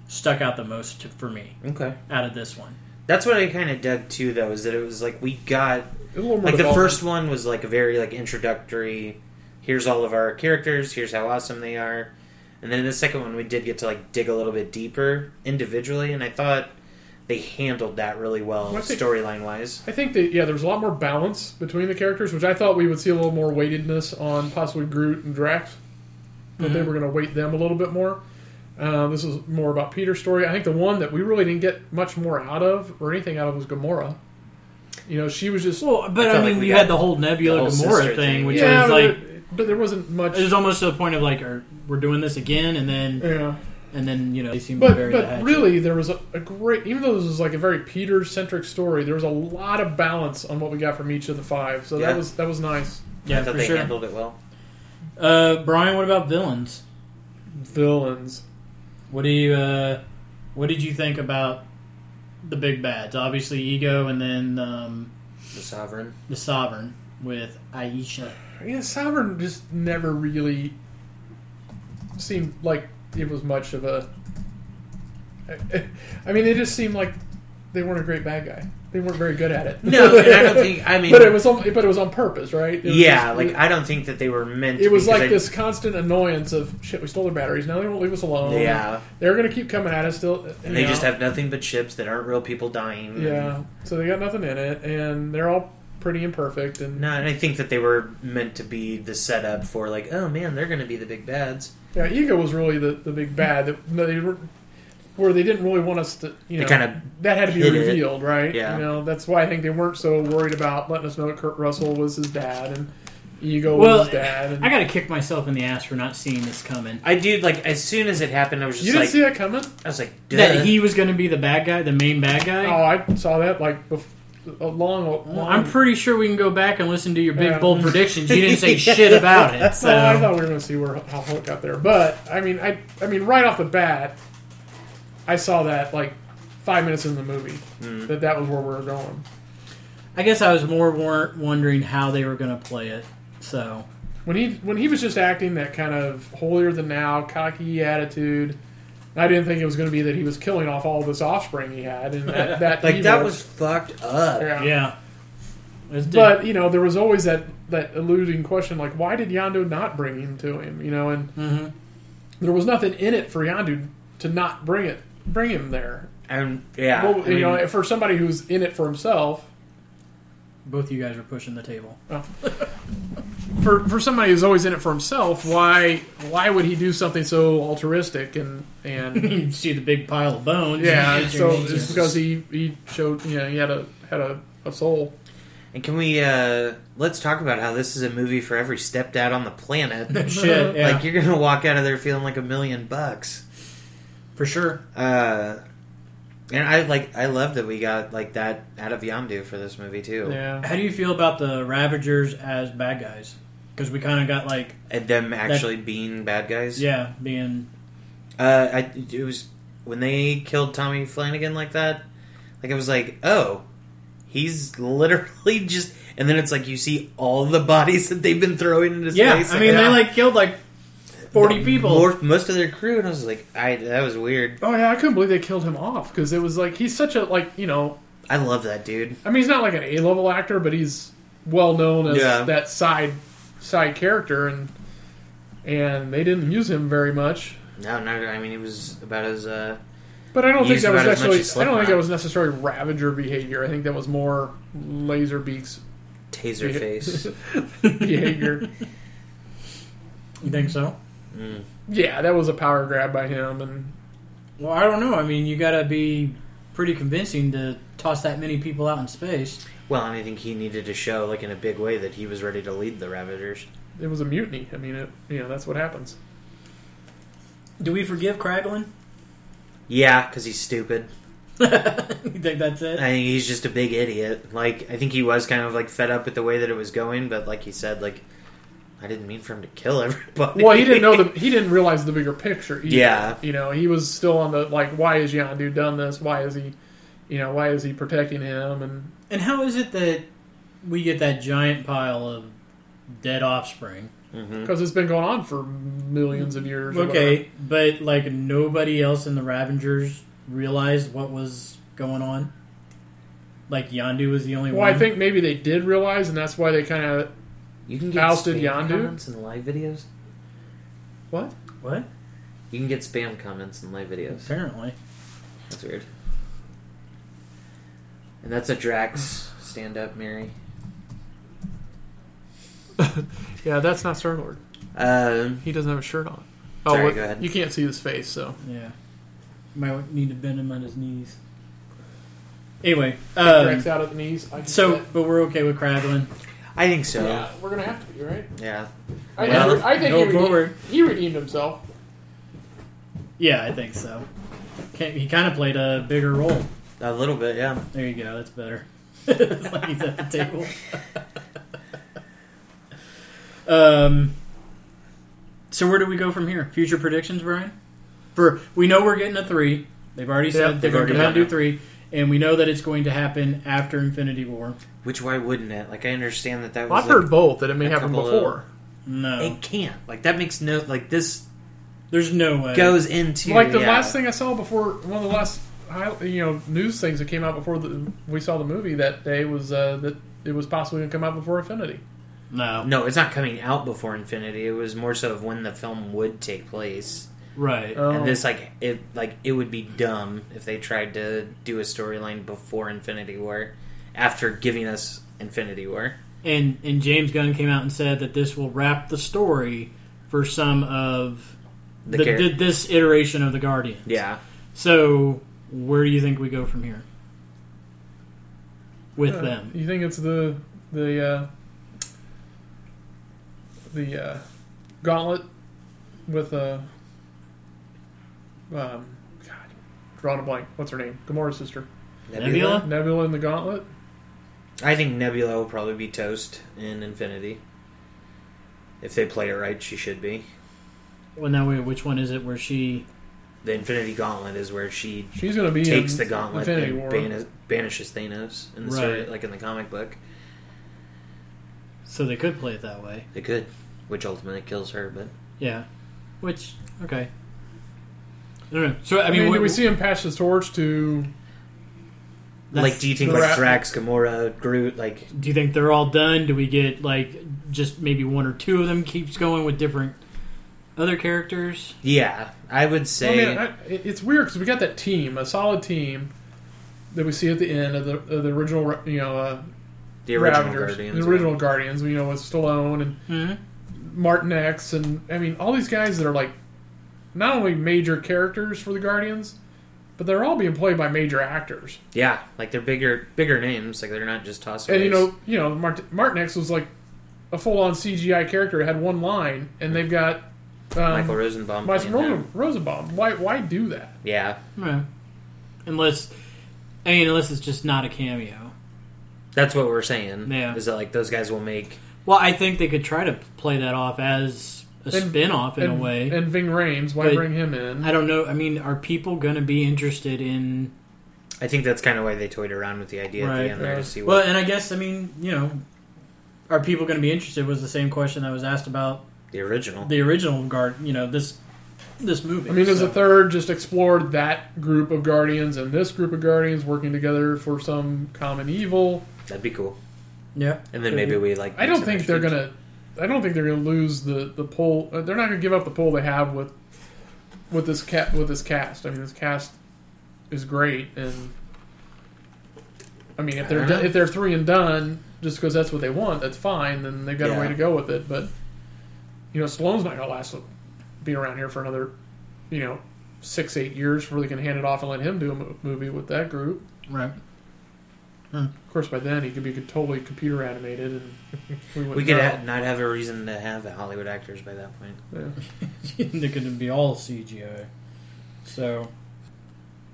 Speaker 2: stuck out the most to, for me
Speaker 4: Okay.
Speaker 2: out of this one.
Speaker 4: That's what I kind of dug too, though, is that it was like we got
Speaker 3: It was a little more
Speaker 4: like the
Speaker 3: development.
Speaker 4: first one was like a very like introductory. Here's all of our characters. Here's how awesome they are. And then in the second one, we did get to like dig a little bit deeper individually, and I thought they handled that really well
Speaker 3: Well, I think-
Speaker 4: storyline wise.
Speaker 3: I think that yeah, there was a lot more balance between the characters, which I thought we would see a little more weightedness on possibly Groot and Drax, but they were going to weight them a little bit more. Uh, this is more about Peter's story. I think the one that we really didn't get much more out of or anything out of was Gamora. You know, she was just
Speaker 2: Well, but
Speaker 4: I
Speaker 2: I,
Speaker 4: felt
Speaker 2: mean,
Speaker 4: like we
Speaker 2: you
Speaker 4: got
Speaker 2: had the whole Nebula
Speaker 4: the whole
Speaker 2: Gamora
Speaker 4: sister
Speaker 2: thing,
Speaker 4: thing.
Speaker 2: which
Speaker 3: yeah,
Speaker 2: was
Speaker 3: but,
Speaker 2: like.
Speaker 3: there, but there wasn't much.
Speaker 2: It was almost to the point of like, are, we're doing this again, and then
Speaker 3: yeah.
Speaker 2: and then you know they seem to
Speaker 3: But
Speaker 2: bury the
Speaker 3: but
Speaker 2: hatchet.
Speaker 3: really, there was a, a great. Even though this was like a very Peter centric story, there was a lot of balance on what we got from each of the five. So
Speaker 4: Yeah.
Speaker 3: that was that was nice.
Speaker 2: yeah,
Speaker 4: I thought
Speaker 2: for
Speaker 4: they
Speaker 2: sure.
Speaker 4: handled it well.
Speaker 2: Uh, Brian, what about villains?
Speaker 3: Villains.
Speaker 2: What do you uh, what did you think about the big bads? Obviously, Ego, and then um,
Speaker 4: The Sovereign.
Speaker 2: the Sovereign with Aisha.
Speaker 3: Yeah, Sovereign just never really seemed like it was much of a. I mean, it just seemed like they weren't a great bad guy. They weren't very good at it.
Speaker 4: (laughs) No, and I don't think.
Speaker 3: (laughs)
Speaker 4: I mean,
Speaker 3: but it was on, but it was on purpose, right? It was
Speaker 4: yeah,
Speaker 3: just-
Speaker 4: like
Speaker 3: it,
Speaker 4: I don't think that they were meant. to
Speaker 3: it was
Speaker 4: because
Speaker 3: like
Speaker 4: I-
Speaker 3: this constant annoyance of shit. We stole their batteries. Now they won't leave us alone.
Speaker 4: Yeah,
Speaker 3: they're gonna keep coming at us still.
Speaker 4: and
Speaker 3: you
Speaker 4: they
Speaker 3: know.
Speaker 4: just have nothing but ships that aren't real people dying.
Speaker 3: yeah. So they got nothing in it, and they're all pretty imperfect. And
Speaker 4: No, and I think that they were meant to be the setup for like, oh man, they're going to be the big bads.
Speaker 3: yeah, Ego was really the, the big bad that no, they were. Where they didn't really want us to, you
Speaker 4: They
Speaker 3: know,
Speaker 4: kind of
Speaker 3: that had to be
Speaker 4: hid it.
Speaker 3: revealed, right?
Speaker 4: Yeah.
Speaker 3: You know, that's why I think they weren't so worried about letting us know that Kurt Russell was his dad and Ego
Speaker 2: Well,
Speaker 3: was his dad. And
Speaker 2: I gotta kick myself in the ass for not seeing this coming.
Speaker 4: I do like as soon as it happened, I was
Speaker 3: you
Speaker 4: just
Speaker 3: didn't
Speaker 4: like,
Speaker 3: see that coming?
Speaker 4: I was like, Duh.
Speaker 2: That he was gonna be the bad guy, the main bad
Speaker 3: Oh,
Speaker 2: guy.
Speaker 3: I saw that like bef- a long, long.
Speaker 2: I'm pretty sure we can go back and listen to your big
Speaker 3: Oh, Yeah.
Speaker 2: bold predictions. You didn't
Speaker 3: (laughs)
Speaker 2: say shit about it, so
Speaker 3: No, I thought we were going to see where how Hulk got there, but I mean, I I mean, right off the bat, I saw that like five minutes in the movie
Speaker 4: Hmm.
Speaker 3: that that was where we were going.
Speaker 2: I guess I was more war- wondering how they were going to play it. So
Speaker 3: When he when he was just acting that kind of holier than now cocky attitude, I didn't think it was going to be that he was killing off all this offspring he had, and
Speaker 4: (laughs)
Speaker 3: that, that
Speaker 4: like
Speaker 3: evil-
Speaker 4: that was fucked up.
Speaker 3: yeah.
Speaker 2: yeah, It's di-
Speaker 3: But you know, there was always that that eluding question, like why did Yandu not bring him to him? You know, and
Speaker 4: Mm-hmm.
Speaker 3: there was nothing in it for Yandu to not bring it bring him there.
Speaker 4: And yeah,
Speaker 3: Well,
Speaker 4: I
Speaker 3: you
Speaker 4: mean,
Speaker 3: know, for somebody who's in it for himself,
Speaker 2: both you guys are pushing the table.
Speaker 3: for for somebody who's always in it for himself, why why would he do something so altruistic and
Speaker 4: (laughs)
Speaker 3: and
Speaker 2: You see the big pile of bones.
Speaker 3: yeah?
Speaker 2: You get
Speaker 3: so
Speaker 2: your-
Speaker 3: it's because he he showed you know he had a had a, a soul.
Speaker 4: and can we uh let's talk about how this is a movie for every stepdad on the planet.
Speaker 2: (laughs)
Speaker 3: (laughs)
Speaker 2: shit, yeah,
Speaker 4: Like you're gonna walk out of there feeling like a million bucks.
Speaker 2: for sure.
Speaker 4: Uh, and I like I love that we got like that out of Yamdu for this movie too.
Speaker 3: Yeah,
Speaker 2: How do you feel about the Ravagers as bad guys? Because we kind of got like
Speaker 4: And them actually being bad guys.
Speaker 2: yeah, being
Speaker 4: Uh, I, it was when they killed Tommy Flanagan like that, like I was like, oh, he's literally (laughs) just. And then it's like you see all the bodies that they've been throwing into
Speaker 2: Yeah,
Speaker 4: space.
Speaker 2: I mean they like killed like forty people.
Speaker 4: More- most of their crew, and I was like, I that was weird.
Speaker 3: Oh yeah, I couldn't believe they killed him off because it was like he's such a like you know
Speaker 4: I love that dude.
Speaker 3: I mean he's not like an A level actor, but he's well known as
Speaker 4: Yeah.
Speaker 3: that side side character and and they didn't use him very much.
Speaker 4: No, no, I mean it was about as uh,
Speaker 3: But I don't think
Speaker 4: Used
Speaker 3: that was
Speaker 4: about as much
Speaker 3: necessarily
Speaker 4: as
Speaker 3: I don't think that
Speaker 4: Slipknot.
Speaker 3: was necessarily Ravager behavior. I think that was more Laserbeak's
Speaker 4: taser
Speaker 2: (laughs)
Speaker 3: Yeah.
Speaker 4: face.
Speaker 3: behavior.
Speaker 2: You think so?
Speaker 3: Mm. yeah, that was a power grab by him and
Speaker 2: Well, I don't know. I mean, you got to be pretty convincing to toss that many people out in space.
Speaker 4: well, and I think he needed to show like in a big way that he was ready to lead the Ravagers.
Speaker 3: it was a mutiny. I mean, it, you know that's what happens.
Speaker 2: Do we forgive Kraglin?
Speaker 4: Yeah, because he's stupid.
Speaker 2: you think that's it?
Speaker 4: I think he's just a big idiot. Like I think he was kind of like fed up with the way that it was going, but like he said, like I didn't mean for him to kill (laughs) everybody.
Speaker 3: Well, he didn't know the he didn't realize the bigger picture. Either.
Speaker 4: Yeah.
Speaker 3: you know he was still on the like, why is Yondu done this? Why is he, you know, why is he protecting him? And
Speaker 2: And how is it that we get that giant pile of dead offspring?
Speaker 4: Mm.
Speaker 3: because it's been going on for millions of years. or whatever.
Speaker 2: Okay, but like nobody else in the Ravengers realized what was going on. Like Yandu was the only
Speaker 3: Well,
Speaker 2: one.
Speaker 3: I think maybe they did realize, and that's why they kind of
Speaker 4: (laughs) You can get
Speaker 3: Ousted
Speaker 4: spam
Speaker 3: Yondu?
Speaker 4: comments in live videos.
Speaker 3: what?
Speaker 2: what?
Speaker 4: You can get spam comments in live videos.
Speaker 2: Apparently,
Speaker 4: That's weird. And that's a Drax stand up, Mary.
Speaker 3: Yeah, that's not Star Lord.
Speaker 4: Um,
Speaker 3: He doesn't have a shirt on. Oh,
Speaker 4: Sorry,
Speaker 3: what-
Speaker 4: go ahead.
Speaker 3: You can't see his face, so
Speaker 2: yeah. Might need to bend him on his knees. Anyway, um,
Speaker 3: Drax out at the knees. I can see
Speaker 2: so
Speaker 3: it.
Speaker 2: but we're okay with Kraglin.
Speaker 4: I think so.
Speaker 3: yeah,
Speaker 4: Yeah.
Speaker 3: we're gonna have to be right. I,
Speaker 2: Well,
Speaker 3: think- I think
Speaker 2: go
Speaker 3: he redeemed,
Speaker 2: forward.
Speaker 3: he redeemed himself.
Speaker 2: Yeah, I think so. Can- He kind of played a bigger role.
Speaker 4: a little bit. Yeah.
Speaker 2: There you go. That's better. (laughs) it's like he's at the table. (laughs) um. So where do we go from here? Future predictions, Brian. For we know we're getting a three. They've already said they're
Speaker 3: Yep,
Speaker 4: they've
Speaker 2: going
Speaker 4: already
Speaker 2: to
Speaker 4: done
Speaker 2: do
Speaker 4: it.
Speaker 2: three, and we know that it's going to happen after Infinity War.
Speaker 4: Which why wouldn't it? Like I understand that that
Speaker 3: Well,
Speaker 4: was.
Speaker 3: I've
Speaker 4: like,
Speaker 3: heard both that it may
Speaker 4: a
Speaker 3: happen
Speaker 4: couple of-
Speaker 3: before.
Speaker 2: No,
Speaker 4: It can't. Like that makes no. Like this
Speaker 2: there's no way.
Speaker 4: goes into
Speaker 3: like the
Speaker 4: yeah.
Speaker 3: last thing I saw before one of the last hi- you know news things that came out before the, we saw the movie that day was uh, that it was possibly going to come out before Infinity.
Speaker 2: No,
Speaker 4: No, it's not coming out before Infinity. It was more so of when the film would take place.
Speaker 2: right?
Speaker 3: Oh.
Speaker 4: And this like it like it would be dumb if they tried to do a storyline before Infinity War, after giving us Infinity War.
Speaker 2: and and James Gunn came out and said that this will wrap the story for some of
Speaker 4: The
Speaker 2: the-
Speaker 4: char-
Speaker 2: th- this iteration of the Guardian.
Speaker 4: yeah.
Speaker 2: So, where do you think we go from here with
Speaker 3: Uh,
Speaker 2: them?
Speaker 3: you think it's the the uh, the uh, gauntlet with uh, um, God, drawing a blank. What's her name? Gamora's sister.
Speaker 2: Nebula?
Speaker 3: Nebula in the gauntlet.
Speaker 4: I think Nebula will probably be toast in Infinity. If they play it right, she should be.
Speaker 2: Well, now, wait, which one is it? Where she?
Speaker 4: The Infinity Gauntlet is where she
Speaker 3: She's going to be
Speaker 4: takes
Speaker 3: in
Speaker 4: the gauntlet
Speaker 3: Infinity
Speaker 4: and
Speaker 3: War.
Speaker 4: bani- banishes Thanos in the story,
Speaker 2: Right.
Speaker 4: like in the comic book.
Speaker 2: So they could play it that way.
Speaker 4: They could, which ultimately kills her. But
Speaker 2: Yeah. Which okay. I don't know. So I
Speaker 3: I
Speaker 2: mean,
Speaker 3: mean,
Speaker 2: we,
Speaker 3: do we see him pass his torch to
Speaker 2: That's-
Speaker 4: like, do you think like
Speaker 3: Dra-
Speaker 4: Drax, Gamora, Groot, like
Speaker 2: do you think they're all done? Do we get like just maybe one or two of them keeps going with different other characters?
Speaker 4: yeah? I would
Speaker 3: I
Speaker 4: say
Speaker 3: mean, I, it- it's weird because we got that team, a solid team that we see at the end of the, of the original, you know, uh,
Speaker 4: the original
Speaker 3: Ravagers,
Speaker 4: Guardians,
Speaker 3: the original Guardians, you know, with Stallone and
Speaker 2: Mhm.
Speaker 3: Martin X, and I mean, all these guys that are like not only major characters for the Guardians, but they're all being played by major actors.
Speaker 4: yeah, like they're bigger, bigger names. Like they're not just tossed.
Speaker 3: And you know, you know, Martin, Martin X was like a full-on CGI character, had one line, and they've got
Speaker 4: Michael
Speaker 3: um,
Speaker 4: Rosenbaum.
Speaker 3: Michael
Speaker 4: playing them.
Speaker 3: Rosen- Rosenbaum. Why, why do that?
Speaker 4: Yeah,
Speaker 2: Yeah. Unless, I mean, unless it's just not a cameo.
Speaker 4: that's what we're saying.
Speaker 2: Yeah.
Speaker 4: is that like those guys will make
Speaker 2: Well, I think they could try to play that off as a spin-off in
Speaker 3: and,
Speaker 2: a way.
Speaker 3: And Ving Rhames, why
Speaker 2: But-
Speaker 3: bring him in?
Speaker 2: I don't know. I mean, are people going to be interested in?
Speaker 4: I think that's kind of why they toyed around with the idea at
Speaker 2: Right,
Speaker 4: the end there
Speaker 3: yeah.
Speaker 4: to see
Speaker 2: Well,
Speaker 4: what.
Speaker 2: and I guess I mean, you know, are people going to be interested? Was the same question that was asked about
Speaker 4: the original.
Speaker 2: the original guard. You know, this this movie.
Speaker 3: I mean, as
Speaker 2: so.
Speaker 3: a third, just explored that group of guardians and this group of guardians working together for some common evil.
Speaker 4: That'd be cool.
Speaker 2: yeah.
Speaker 4: And then
Speaker 2: Could
Speaker 4: maybe
Speaker 2: be.
Speaker 4: we like.
Speaker 3: I
Speaker 4: make
Speaker 3: don't
Speaker 4: some
Speaker 3: think
Speaker 4: extra-
Speaker 3: they're gonna. I don't think they're gonna lose the the pull. uh, They're not gonna give up the pull they have with with this cat with this cast. I mean, this cast is great, and I mean, if they're
Speaker 4: I don't
Speaker 3: do-
Speaker 4: know.
Speaker 3: if they're three and done, just because that's what they want, that's fine. Then they've got a way
Speaker 4: Yeah.
Speaker 3: to go with it. But you know, Stallone's not gonna last be around here for another you know six eight years before they can hand it off and let him do a mo- movie with that group.
Speaker 2: right.
Speaker 4: Hmm.
Speaker 3: Of course, by then he could be totally computer animated, and we,
Speaker 4: (laughs)
Speaker 3: wouldn't
Speaker 4: We could
Speaker 3: know.
Speaker 4: ha- not have a reason to have Hollywood actors by that point.
Speaker 3: Yeah.
Speaker 2: (laughs) they're going to be all CGI. So,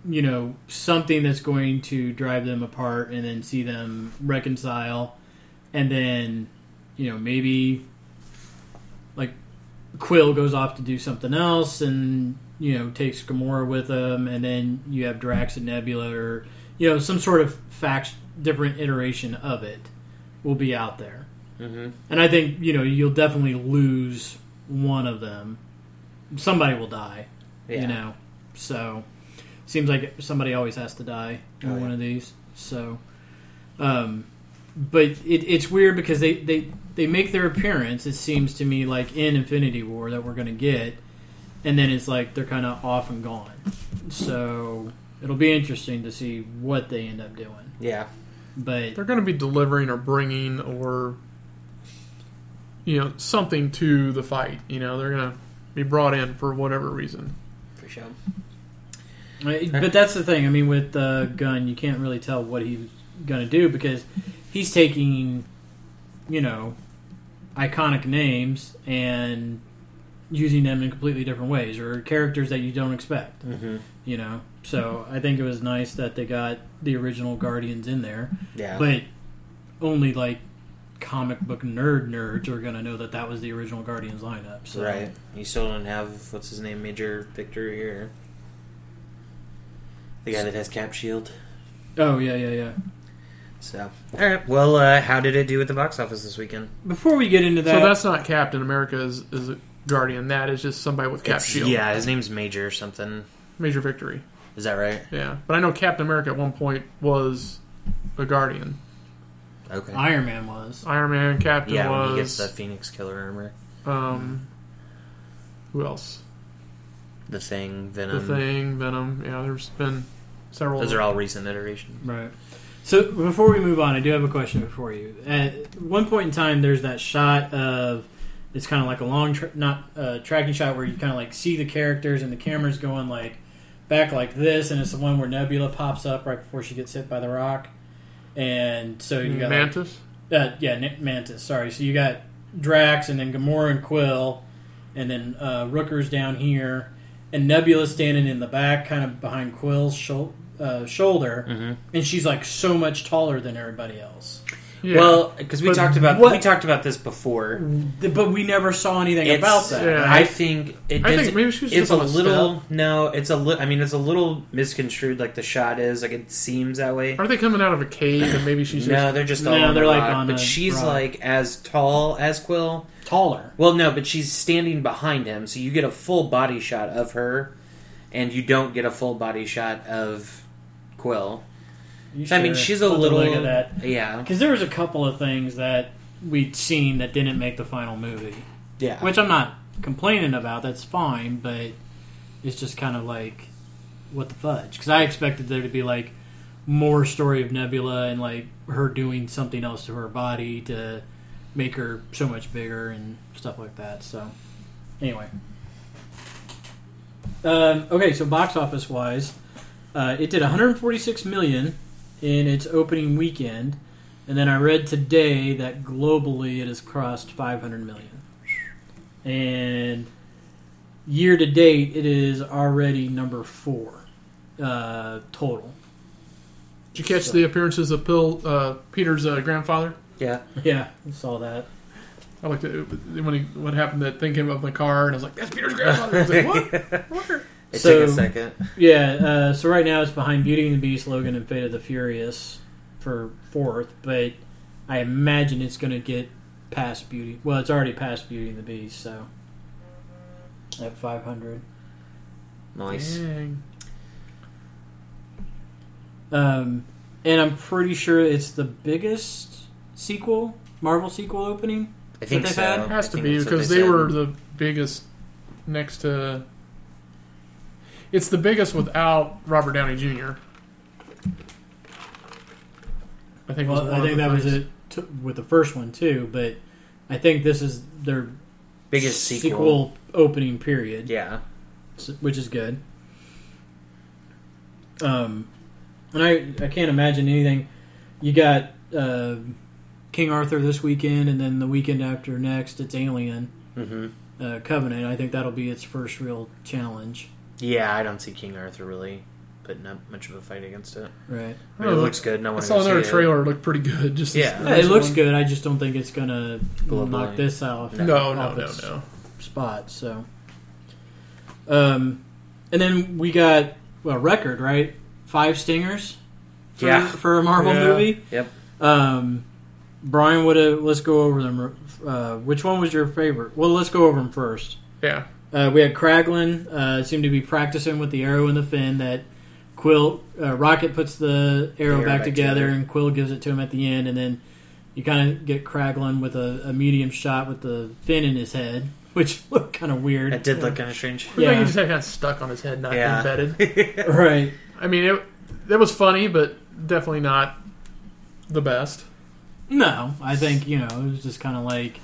Speaker 2: you know, something that's going to drive them apart and then see them reconcile. And then, you know, maybe like Quill goes off to do something else and, you know, takes Gamora with him. And then you have Drax and Nebula or, you know, some sort of fact, different iteration of it will be out there. And I think, you know, you'll definitely lose one of them somebody will die.
Speaker 4: Yeah.
Speaker 2: You know, so seems like somebody always has to die in
Speaker 4: Oh,
Speaker 2: one
Speaker 4: yeah.
Speaker 2: of these. So, um, but it, it's weird because they, they they make their appearance. It seems to me like in Infinity War that we're going to get, and then it's like they're kind of off and gone. So it'll be interesting to see what they end up doing.
Speaker 4: Yeah.
Speaker 2: But
Speaker 3: they're going to be delivering or bringing or you know something to the fight you know they're going to be brought in for whatever reason
Speaker 4: For sure.
Speaker 2: But that's the thing. I mean, with uh, Gunn, you can't really tell what he's going to do because he's taking, you know, iconic names and using them in completely different ways or characters that you don't expect,
Speaker 4: Mm-hmm.
Speaker 2: you know? So I think it was nice that they got the original Guardians in there,
Speaker 4: Yeah.
Speaker 2: but only like comic book nerd nerds are going to know that that was the original Guardians lineup. So.
Speaker 4: right. You still don't have what's his name, Major Victory or the guy that has Cap Shield.
Speaker 2: Oh, yeah, yeah, yeah.
Speaker 4: So. All right. Well, uh, how did it do at the box office this weekend?
Speaker 2: Before we get into that.
Speaker 3: so that's not captain america is, is a guardian that is just somebody with cap
Speaker 4: It's-
Speaker 3: shield
Speaker 4: Yeah, his name's Major or something.
Speaker 3: major victory
Speaker 4: Is that right?
Speaker 3: yeah but i know captain america at one point was a guardian
Speaker 4: Okay.
Speaker 2: Iron Man was.
Speaker 3: iron man captain
Speaker 4: yeah, when
Speaker 3: was
Speaker 4: he gets the Phoenix Killer armor,
Speaker 3: um who else
Speaker 4: the Thing,
Speaker 3: the
Speaker 4: Venom.
Speaker 3: thing venom yeah there's been several
Speaker 4: Those are all recent iterations.
Speaker 2: Right. So before we move on, I do have a question for you. At one point in time, there's that shot of it's kind of like a long, tra- not uh, tracking shot where you kind of like see the characters and the camera's going like back like this, and it's the one where Nebula pops up right before she gets hit by the rock, and so you got like,
Speaker 3: mantis
Speaker 2: uh, yeah, N- Mantis. Sorry. So you got Drax, and then Gamora and Quill, and then uh, Rooker's down here, and Nebula standing in the back, kind of behind Quill's shou- uh, shoulder,
Speaker 4: Mm-hmm.
Speaker 2: and she's like so much taller than everybody else.
Speaker 3: yeah.
Speaker 4: Well, because we
Speaker 3: But
Speaker 4: talked about
Speaker 2: what-
Speaker 4: we talked about this before.
Speaker 2: Th- But we never saw anything
Speaker 4: It's-
Speaker 2: about that.
Speaker 3: Yeah.
Speaker 4: I think it
Speaker 3: I
Speaker 4: does,
Speaker 3: think maybe she was
Speaker 4: it's
Speaker 3: just
Speaker 4: a
Speaker 3: on a
Speaker 4: little no, it's a little. I mean, it's a little misconstrued. Like the shot is like it seems that way.
Speaker 3: aren't they coming out of a cave and maybe she's just
Speaker 4: No, they're just all
Speaker 2: No,
Speaker 4: on
Speaker 2: they're,
Speaker 4: the
Speaker 2: like,
Speaker 4: rock,
Speaker 2: on a
Speaker 4: but she's
Speaker 2: rock.
Speaker 4: like as tall as Quill.
Speaker 2: Taller.
Speaker 4: Well, no, but she's standing behind him, so you get a full body shot of her, and you don't get a full body shot of Quill.
Speaker 2: You
Speaker 4: I mean,
Speaker 2: sure?
Speaker 4: she's a
Speaker 2: Let's
Speaker 4: little.
Speaker 2: look at that
Speaker 4: Yeah,
Speaker 2: because there was a couple of things that we'd seen that didn't make the final movie,
Speaker 4: yeah.
Speaker 2: which I'm not complaining about. That's fine, but it's just kind of like what the fudge because i expected there to be like more story of nebula and like her doing something else to her body to make her so much bigger and stuff like that so anyway um, okay so box office wise uh, it did 146 million in its opening weekend and then i read today that globally it has crossed 500 million and year to date, it is already number four uh, (laughs) total.
Speaker 3: Did you catch the appearances of Bill, uh, Peter's uh, grandfather?
Speaker 4: yeah.
Speaker 2: Yeah, saw that.
Speaker 3: I liked it when he what happened that thing came up in the car, and I was like, "That's Peter's grandfather." (laughs) I was like,
Speaker 4: (laughs)
Speaker 3: "What? Where?"
Speaker 4: It
Speaker 2: So-
Speaker 4: took a second.
Speaker 2: Yeah, uh, so right now it's behind Beauty and the Beast, Logan, and Fate of the Furious for fourth, but I imagine it's going to get past Beauty. Well, it's already past Beauty and the Beast, so at 500.
Speaker 4: Nice.
Speaker 3: Dang.
Speaker 2: Um, and I'm pretty sure it's the biggest sequel, Marvel sequel opening.
Speaker 4: I think
Speaker 2: they've
Speaker 4: so.
Speaker 2: had-
Speaker 3: It has
Speaker 4: I
Speaker 3: to
Speaker 4: think
Speaker 3: be
Speaker 4: that's what
Speaker 3: because they,
Speaker 4: said.
Speaker 3: were the biggest next to. It's the biggest without Robert Downey Jr. I think. was
Speaker 2: Well,
Speaker 3: one
Speaker 2: I
Speaker 3: of
Speaker 2: think
Speaker 3: the
Speaker 2: that was
Speaker 3: things.
Speaker 2: it t- with the first one, too, but I think this is their
Speaker 4: biggest sequel.
Speaker 2: sequel opening period.
Speaker 4: Yeah.
Speaker 2: s- which is good. Um, and I I can't imagine anything. You got uh, King Arthur this weekend, and then the weekend after next, it's Alien
Speaker 4: hmm
Speaker 2: uh, Covenant. I think that'll be its first real challenge,
Speaker 4: Yeah, I don't see King Arthur really putting up much of a fight against it.
Speaker 2: right?
Speaker 4: I mean,
Speaker 3: Oh,
Speaker 4: it
Speaker 3: look-
Speaker 4: looks good. No
Speaker 3: I
Speaker 4: one.
Speaker 3: saw another trailer. It looked pretty good. Just
Speaker 4: Yeah.
Speaker 3: this-
Speaker 2: Yeah, it looks
Speaker 3: one.
Speaker 2: good. I just don't think it's gonna
Speaker 4: Globally.
Speaker 2: knock this off.
Speaker 3: No, no,
Speaker 2: off
Speaker 3: no,
Speaker 2: its
Speaker 3: no.
Speaker 2: Spot. So, um, and then we got well record right five stingers. For,
Speaker 4: Yeah.
Speaker 2: for a Marvel
Speaker 3: Yeah.
Speaker 2: movie.
Speaker 4: Yep.
Speaker 2: Um, Brian, what? Uh, let's go over them. Uh, which one was your favorite? Well, let's go over them first.
Speaker 3: Yeah,
Speaker 2: Uh, we had Kraglin uh, seemed to be practicing with the arrow in the fin that Quill uh, Rocket puts the arrow, back, together, and Quill gives it to him at the end, and then you kind of get Kraglin with a, a medium shot with the fin in his head, (laughs) which looked kind of weird.
Speaker 4: It did look kind of strange.
Speaker 3: yeah.
Speaker 2: Yeah.
Speaker 3: He just had kind of stuck on his head, not
Speaker 4: Yeah.
Speaker 2: (laughs)
Speaker 3: embedded.
Speaker 4: (laughs)
Speaker 2: right.
Speaker 3: I mean, it that was funny, but definitely not the best.
Speaker 2: No, I think you know it was just kind of like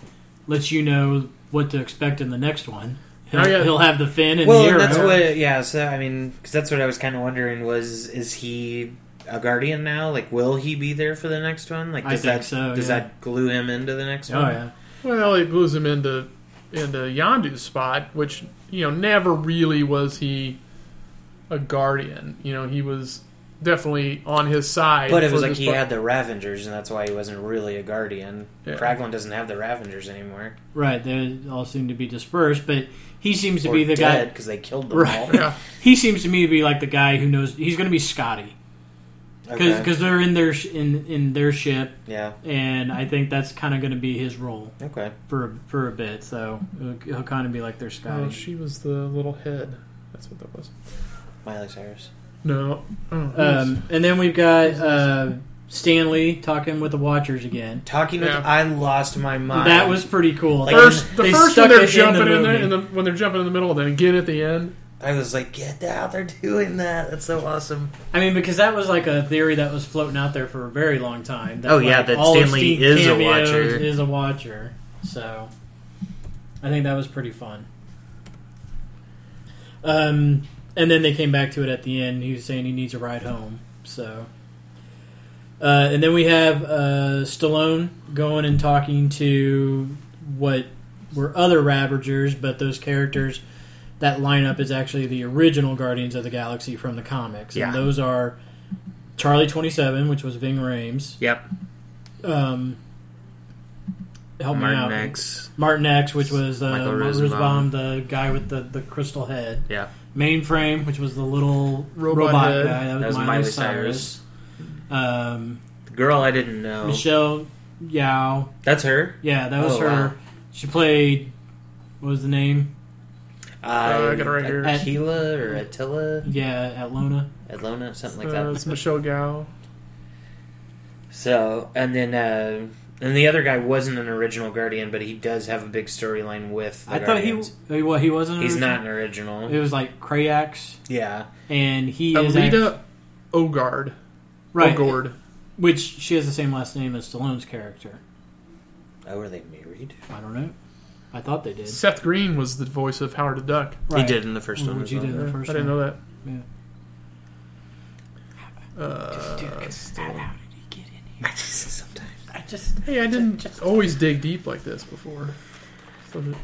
Speaker 2: lets you know what to expect in the next one. He'll,
Speaker 3: Oh, yeah.
Speaker 2: he'll have the fin and
Speaker 4: Well,
Speaker 2: the arrow.
Speaker 4: and that's what. Yeah. So I mean, because that's what I was kind of wondering was is he a guardian now? Like, will he be there for the next one? Like,
Speaker 2: I
Speaker 4: does
Speaker 2: think
Speaker 4: that
Speaker 2: so,
Speaker 4: does
Speaker 2: yeah.
Speaker 4: that glue him into the next
Speaker 2: Oh
Speaker 4: one?
Speaker 2: yeah.
Speaker 3: Well, it glues him into into Yandu's spot, which you know never really was he a guardian. You know, he was definitely on his side.
Speaker 4: But it
Speaker 3: for
Speaker 4: was like
Speaker 3: this
Speaker 4: he
Speaker 3: part.
Speaker 4: had the Ravengers, and that's why he wasn't really a guardian.
Speaker 3: Yeah.
Speaker 4: Kraglin doesn't have the Ravengers anymore.
Speaker 2: Right, they all seem to be dispersed, but he seems to
Speaker 4: Or
Speaker 2: be the guy.
Speaker 4: dead because they killed them
Speaker 2: (laughs)
Speaker 4: all.
Speaker 2: Right,
Speaker 3: Yeah.
Speaker 2: he seems to me to be like the guy who knows. He's going to be Scotty because
Speaker 4: Okay.
Speaker 2: they're in their sh- in in their ship,
Speaker 4: yeah.
Speaker 2: and I think that's kind of going to be his role
Speaker 4: Okay.
Speaker 2: for for a bit. So he'll, he'll kind of be like their Scotty.
Speaker 3: Oh, she was the little head. That's what that was.
Speaker 4: Miley Cyrus.
Speaker 3: No. Oh, who was-
Speaker 2: um, and then we've got uh, Stanley talking with the Watchers again.
Speaker 4: Talking with,
Speaker 3: Yeah.
Speaker 4: I lost my mind.
Speaker 2: That was pretty cool.
Speaker 4: Like,
Speaker 3: first, the
Speaker 2: They
Speaker 3: first
Speaker 2: stuck
Speaker 3: when they're
Speaker 2: it in the
Speaker 3: jumping in, there,
Speaker 2: movie.
Speaker 3: and then when they're jumping in the middle, then again at the end.
Speaker 4: I was like, get out! They're doing that. That's so awesome.
Speaker 2: I mean, because that was like a theory that was floating out there for a very long time. That,
Speaker 4: Oh, yeah,
Speaker 2: like,
Speaker 4: that
Speaker 2: all of
Speaker 4: Stanley
Speaker 2: Steve
Speaker 4: is a
Speaker 2: cameos
Speaker 4: watcher.
Speaker 2: Is a watcher. So, I think that was pretty fun. Um, and then they came back to it at the end. He was saying he needs a ride home. So, uh, and then we have uh, Stallone going and talking to what were other Ravagers, but those characters that lineup is actually the original Guardians of the Galaxy from the comics,
Speaker 4: Yeah.
Speaker 2: and those are Charlie Twenty Seven, which was Ving Rhames.
Speaker 4: Yep.
Speaker 2: Um, help me out.
Speaker 4: Martin X.
Speaker 2: Martin X, which was uh,
Speaker 4: Michael
Speaker 2: Martin
Speaker 4: Rosenbaum.
Speaker 2: Rosenbaum, the guy with the, the crystal head.
Speaker 4: Yeah.
Speaker 2: Mainframe, which was the little
Speaker 3: Robot
Speaker 2: robot,
Speaker 3: head.
Speaker 2: guy. That was,
Speaker 4: That was
Speaker 2: Miley,
Speaker 4: Miley
Speaker 2: Cyrus.
Speaker 4: Cyrus.
Speaker 2: Um,
Speaker 4: The girl I didn't know.
Speaker 2: Michelle Yao.
Speaker 4: That's her.
Speaker 2: Yeah, that was
Speaker 4: Oh,
Speaker 2: her.
Speaker 4: wow.
Speaker 2: She played. What was the name?
Speaker 4: Uh,
Speaker 3: I got it right here.
Speaker 4: Aquila or Attila,
Speaker 2: Yeah, at Lona.
Speaker 4: Atlona, something like
Speaker 3: Uh, it's
Speaker 4: that.
Speaker 3: Michelle Gao.
Speaker 4: So, and then, uh, and the other guy wasn't an original Guardian, but he does have a big storyline with. The
Speaker 2: I thought he
Speaker 4: Guardians.
Speaker 2: he- well, he wasn't.
Speaker 4: He's
Speaker 2: original.
Speaker 4: not an original.
Speaker 2: It was like Krayax,
Speaker 4: Yeah.
Speaker 2: and he
Speaker 3: Oh,
Speaker 2: is act-
Speaker 3: Alita Ogard.
Speaker 2: right,
Speaker 3: Ogord.
Speaker 2: which she has the same last name as Stallone's character.
Speaker 4: Oh, are they married?
Speaker 2: I don't know. I thought they did.
Speaker 3: Seth Green was the voice of Howard the Duck.
Speaker 2: Right.
Speaker 4: He did in the first one.
Speaker 2: Which
Speaker 4: as
Speaker 2: he
Speaker 4: well.
Speaker 2: did in the
Speaker 3: Yeah,
Speaker 2: first
Speaker 3: I didn't
Speaker 2: one.
Speaker 3: know that.
Speaker 2: Yeah.
Speaker 3: Uh,
Speaker 2: How did he get in here?
Speaker 4: I just- sometimes.
Speaker 2: I just
Speaker 3: hey, I didn't always dig deep like this before. So that-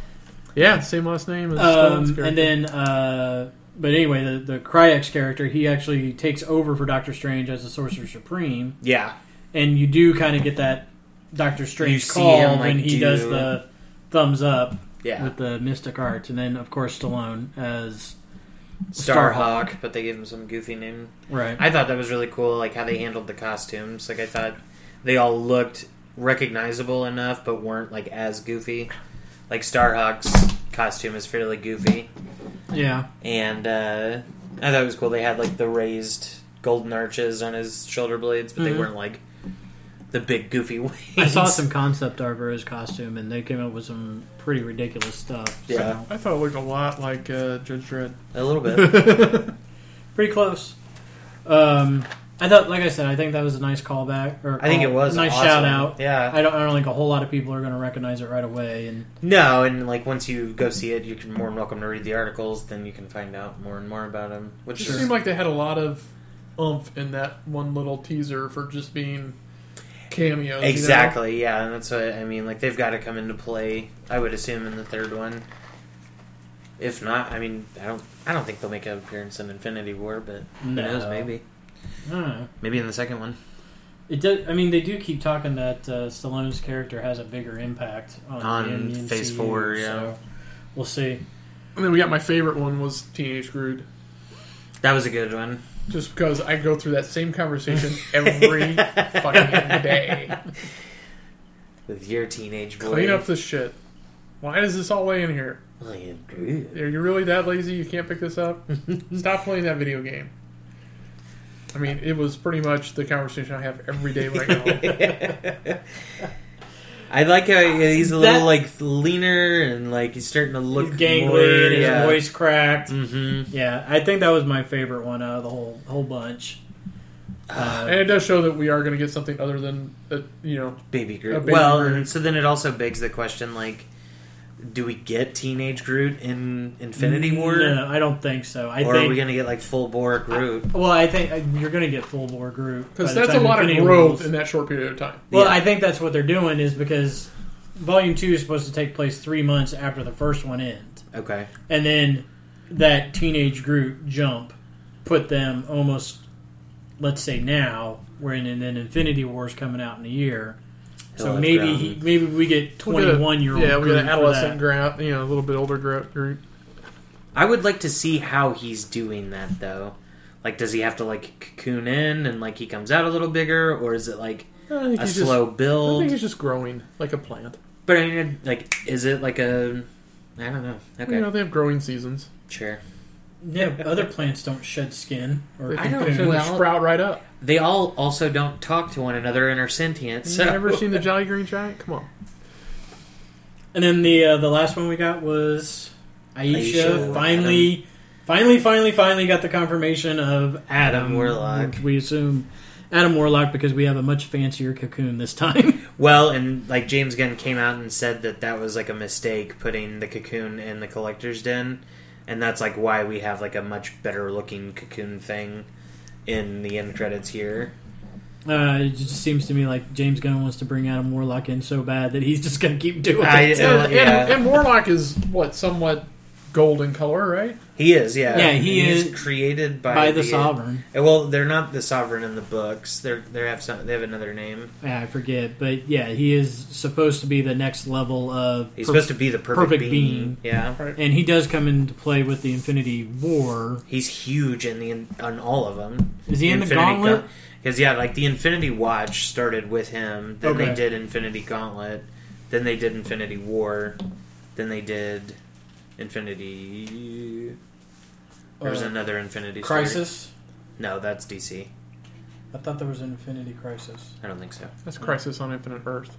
Speaker 3: Yeah, same last name as Stone's
Speaker 2: um,
Speaker 3: character.
Speaker 2: and then uh, but anyway, the the Cryax character he actually takes over for Doctor Strange as the Sorcerer Supreme,
Speaker 4: Yeah.
Speaker 2: and you do kind of get that Doctor Strange
Speaker 4: see
Speaker 2: call
Speaker 4: him, like,
Speaker 2: when he
Speaker 4: do-
Speaker 2: does the thumbs up
Speaker 4: Yeah.
Speaker 2: with the mystic arts, and then of course Stallone as
Speaker 4: Starhawk, but they gave him some goofy name.
Speaker 2: right.
Speaker 4: I thought that was really cool, like how they handled the costumes. Like I thought they all looked recognizable enough, but weren't like as goofy. Like Starhawk's costume is fairly goofy,
Speaker 2: yeah,
Speaker 4: and uh, I thought it was cool. They had like the raised golden arches on his shoulder blades, but they
Speaker 2: Mhm.
Speaker 4: weren't like the big goofy (laughs) wings.
Speaker 2: I saw some concept art for his costume, and they came up with some pretty ridiculous stuff. so-
Speaker 4: Yeah.
Speaker 3: I thought it looked a lot like uh, Judge Dredd.
Speaker 4: a little bit.
Speaker 2: (laughs) pretty close. Um, I thought, like I said, I think that was a nice callback. Or
Speaker 4: I think it
Speaker 2: call-
Speaker 4: was
Speaker 2: nice
Speaker 4: awesome.
Speaker 2: shout out.
Speaker 4: Yeah,
Speaker 2: I don't, I don't think a whole lot of people are going to recognize it right away, and
Speaker 4: No, and like once you go see it, you can more than welcome to read the articles. Then you can find out more and more about him.
Speaker 3: It
Speaker 4: Which
Speaker 3: just
Speaker 4: is,
Speaker 3: seemed like they had a lot of oomph in that one little teaser for just being cameos. you know?
Speaker 4: exactly, yeah, and that's what I mean. Like they've got to come into play. I would assume in the third one. If not, I mean, I don't, I don't think they'll make an appearance in Infinity War, but
Speaker 2: No.
Speaker 4: who knows? Maybe,
Speaker 2: I don't know.
Speaker 4: maybe in the second one.
Speaker 2: It does, I mean, they do keep talking that uh, Stallone's character has a bigger impact on,
Speaker 4: On
Speaker 2: the MCU,
Speaker 4: Phase Four, yeah.
Speaker 2: So we'll see.
Speaker 3: And then we got my favorite one was Teenage Groot,
Speaker 4: That was a good one.
Speaker 3: just because I go through that same conversation
Speaker 2: (laughs)
Speaker 3: every fucking day.
Speaker 4: (laughs) With your teenage boy,
Speaker 3: Clean up this shit. Why is this all way in here?
Speaker 4: Like, dude.
Speaker 3: Are you really that lazy? You can't pick this up. Stop playing that video game. I mean, it was pretty much the conversation I have every day right
Speaker 4: (laughs)
Speaker 3: now.
Speaker 4: (laughs) I like how he's a little
Speaker 2: That-
Speaker 4: like leaner and like he's starting to look
Speaker 2: Gangly,
Speaker 4: more,
Speaker 2: and his
Speaker 4: yeah.
Speaker 2: voice cracked.
Speaker 4: hmm
Speaker 2: Yeah, I think that was my favorite one out of the whole whole bunch.
Speaker 3: and it does show that we are going to get something other than, uh, you know,
Speaker 4: baby
Speaker 3: A
Speaker 4: Groot.
Speaker 3: baby
Speaker 4: well,
Speaker 3: Groot.
Speaker 4: and so then it also begs the question: like, do we get teenage Groot in
Speaker 3: Mm,
Speaker 4: Infinity War,
Speaker 2: Mm, No, I don't think so. I
Speaker 4: or are
Speaker 2: think.
Speaker 4: we gonna get like full bore Groot?
Speaker 2: well, I think uh, you're going to get full bore Groot
Speaker 3: because
Speaker 2: by the
Speaker 3: that's a
Speaker 2: time
Speaker 3: lot of
Speaker 2: Infinity
Speaker 3: growth
Speaker 2: War's-
Speaker 3: in that short period of time.
Speaker 2: Well,
Speaker 4: Yeah.
Speaker 2: I think that's what they're doing is because Volume Two is supposed to take place three months after the first one ends,
Speaker 4: okay,
Speaker 2: and then that teenage Groot jump put them almost, let's say now we're in, and then Infinity War's coming out in a year,
Speaker 4: He'll
Speaker 2: so
Speaker 4: have
Speaker 2: maybe
Speaker 4: grown.
Speaker 2: he, maybe we get
Speaker 3: We'll get a-
Speaker 2: twenty one year old.
Speaker 3: Yeah, we got an adolescent
Speaker 2: Groot.
Speaker 3: Groot, you know, a little bit older Groot. Groot.
Speaker 4: I would like to see how he's doing that though. Like, does he have to like cocoon in and like he comes out a little bigger, or is it like
Speaker 3: I think
Speaker 4: a
Speaker 3: he's
Speaker 4: slow
Speaker 3: Just, I think
Speaker 4: build?
Speaker 3: he's just growing like a plant.
Speaker 4: but I mean, like, is it like a? I don't know. Okay,
Speaker 3: You know, they have growing seasons.
Speaker 4: sure.
Speaker 2: Yeah, but other plants don't shed skin or
Speaker 3: They
Speaker 4: I
Speaker 3: can
Speaker 4: don't
Speaker 3: potentially
Speaker 4: know.
Speaker 3: sprout right up.
Speaker 4: They all also don't talk to one another and are sentient.
Speaker 3: Have
Speaker 4: So
Speaker 3: you
Speaker 4: (laughs)
Speaker 3: ever seen the Jolly Green Giant? Come on.
Speaker 2: And then the uh, the last one we got was Aisha.
Speaker 4: Aisha,
Speaker 2: finally, finally, finally, finally got the confirmation of Adam,
Speaker 4: Adam Warlock.
Speaker 2: which we assume Adam Warlock because we have a much fancier cocoon this time.
Speaker 4: Well, and like James Gunn came out and said that that was like a mistake putting the cocoon in the collector's den, and that's like why we have like a much better looking cocoon thing in the end credits here.
Speaker 2: Uh, it just seems to me like James Gunn wants to bring Adam Warlock in so bad that he's (laughs) just going to keep doing
Speaker 4: I-
Speaker 2: it.
Speaker 4: Yeah,
Speaker 3: and, and,
Speaker 4: yeah.
Speaker 3: and Warlock is what somewhat golden color, right?
Speaker 4: He is, yeah,
Speaker 2: Yeah, he
Speaker 4: He's
Speaker 2: is
Speaker 4: created by,
Speaker 2: By the sovereign,
Speaker 4: Uh, Well, they're not the sovereign in the books. They're they have some they have another name.
Speaker 2: yeah, I forget, but yeah, he is supposed to be the next level of,
Speaker 4: He's
Speaker 2: per-
Speaker 4: supposed to be the perfect,
Speaker 2: perfect
Speaker 4: being.
Speaker 2: being.
Speaker 4: Yeah,
Speaker 2: and he does come into play with the Infinity War
Speaker 4: he's huge in the on all of them.
Speaker 2: Is he in the gauntlet?
Speaker 4: Because yeah, like the Infinity Watch started with him. Then
Speaker 2: Okay.
Speaker 4: they did Infinity Gauntlet. Then they did Infinity War. Then they did Infinity. There was
Speaker 2: Uh,
Speaker 4: another Infinity story.
Speaker 2: Crisis.
Speaker 4: No, that's DC.
Speaker 2: I thought there was an Infinity Crisis.
Speaker 4: I don't
Speaker 2: (laughs)
Speaker 4: think so.
Speaker 3: That's Crisis on Infinite Earth.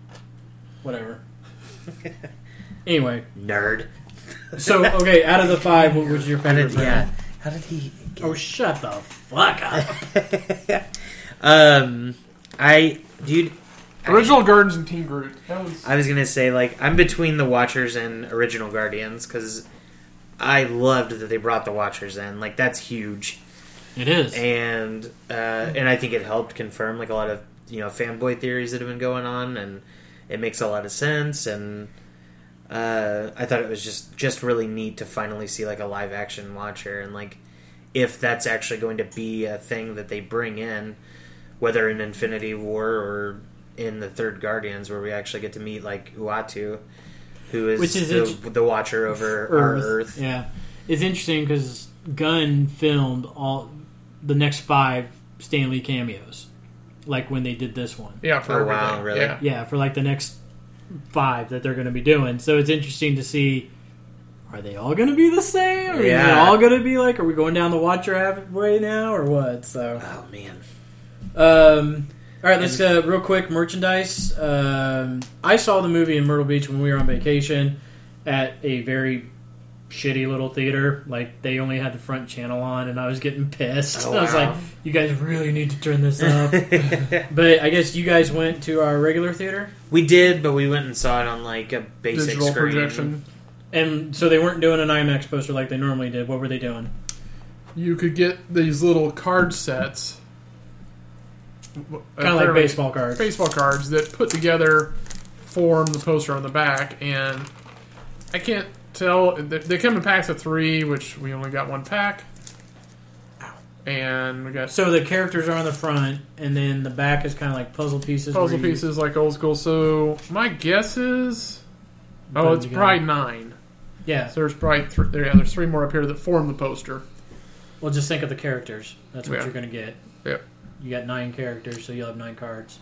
Speaker 2: Whatever. anyway,
Speaker 4: Nerd.
Speaker 2: so okay, out of the five, what was your
Speaker 4: How
Speaker 2: favorite?
Speaker 4: did, (laughs) yeah.
Speaker 2: brand?
Speaker 4: How did he? Get
Speaker 2: Oh, shut the fuck up.
Speaker 4: (laughs) um, I dude. I-
Speaker 3: Original Gardens and Teen Groot. That was
Speaker 4: I was gonna say like I'm between the Watchers and original Guardians because I loved that they brought the Watchers in. Like that's huge,
Speaker 2: It is.
Speaker 4: and uh, and I think it helped confirm like a lot of you know fanboy theories that have been going on, and it makes a lot of sense. And uh, I thought it was just just really neat to finally see like a live action Watcher and like if that's actually going to be a thing that they bring in, whether in Infinity War or in the Third Guardians, where we actually get to meet like Uatu, who is,
Speaker 2: Which is
Speaker 4: the,
Speaker 2: int-
Speaker 4: the watcher over our Earth.
Speaker 2: Yeah, it's interesting because Gunn filmed all the next five Stanley cameos, like when they did this one.
Speaker 3: Yeah, for
Speaker 4: Oh, wow,
Speaker 3: everything.
Speaker 4: really?
Speaker 3: Yeah.
Speaker 2: Yeah, for like the next five that they're going to be doing. So it's interesting to see. Are they all going to be the same? Are they
Speaker 4: Yeah.
Speaker 2: all going to be like? Are we going down the Watcher halfway now, or what? So.
Speaker 4: Oh man,
Speaker 2: Um, all right, let's uh, real quick merchandise. Um, I saw the movie in Myrtle Beach when we were on vacation at a very shitty little theater. Like they only had the front channel on, and I was getting pissed.
Speaker 4: Oh,
Speaker 2: (laughs) I was
Speaker 4: wow.
Speaker 2: like, "You guys really need to turn this up."
Speaker 4: (laughs)
Speaker 2: but I guess you guys went to our regular theater,
Speaker 4: we did, but we went and saw it on like a basic
Speaker 3: Digital
Speaker 4: screen.
Speaker 3: projection.
Speaker 2: and so they weren't doing an IMAX poster like they normally did. What were they doing?
Speaker 3: You could get these little card sets.
Speaker 2: Kind of like baseball cards.
Speaker 3: baseball cards that put together form the poster on the back and i can't tell they they come in packs of three which we only got one pack and we got
Speaker 2: So the characters are on the front, and then the back is kind of like puzzle pieces.
Speaker 3: puzzle
Speaker 2: where you-
Speaker 3: pieces like old school so my guess is
Speaker 2: Put
Speaker 3: oh
Speaker 2: them
Speaker 3: it's
Speaker 2: together.
Speaker 3: probably nine
Speaker 2: Yeah.
Speaker 3: so there's probably three there, yeah, there's three more up here that form the poster
Speaker 2: Well, just think of the characters. That's what
Speaker 3: Yeah.
Speaker 2: you're going to get.
Speaker 3: Yep.
Speaker 2: You got nine characters, so you'll have nine cards.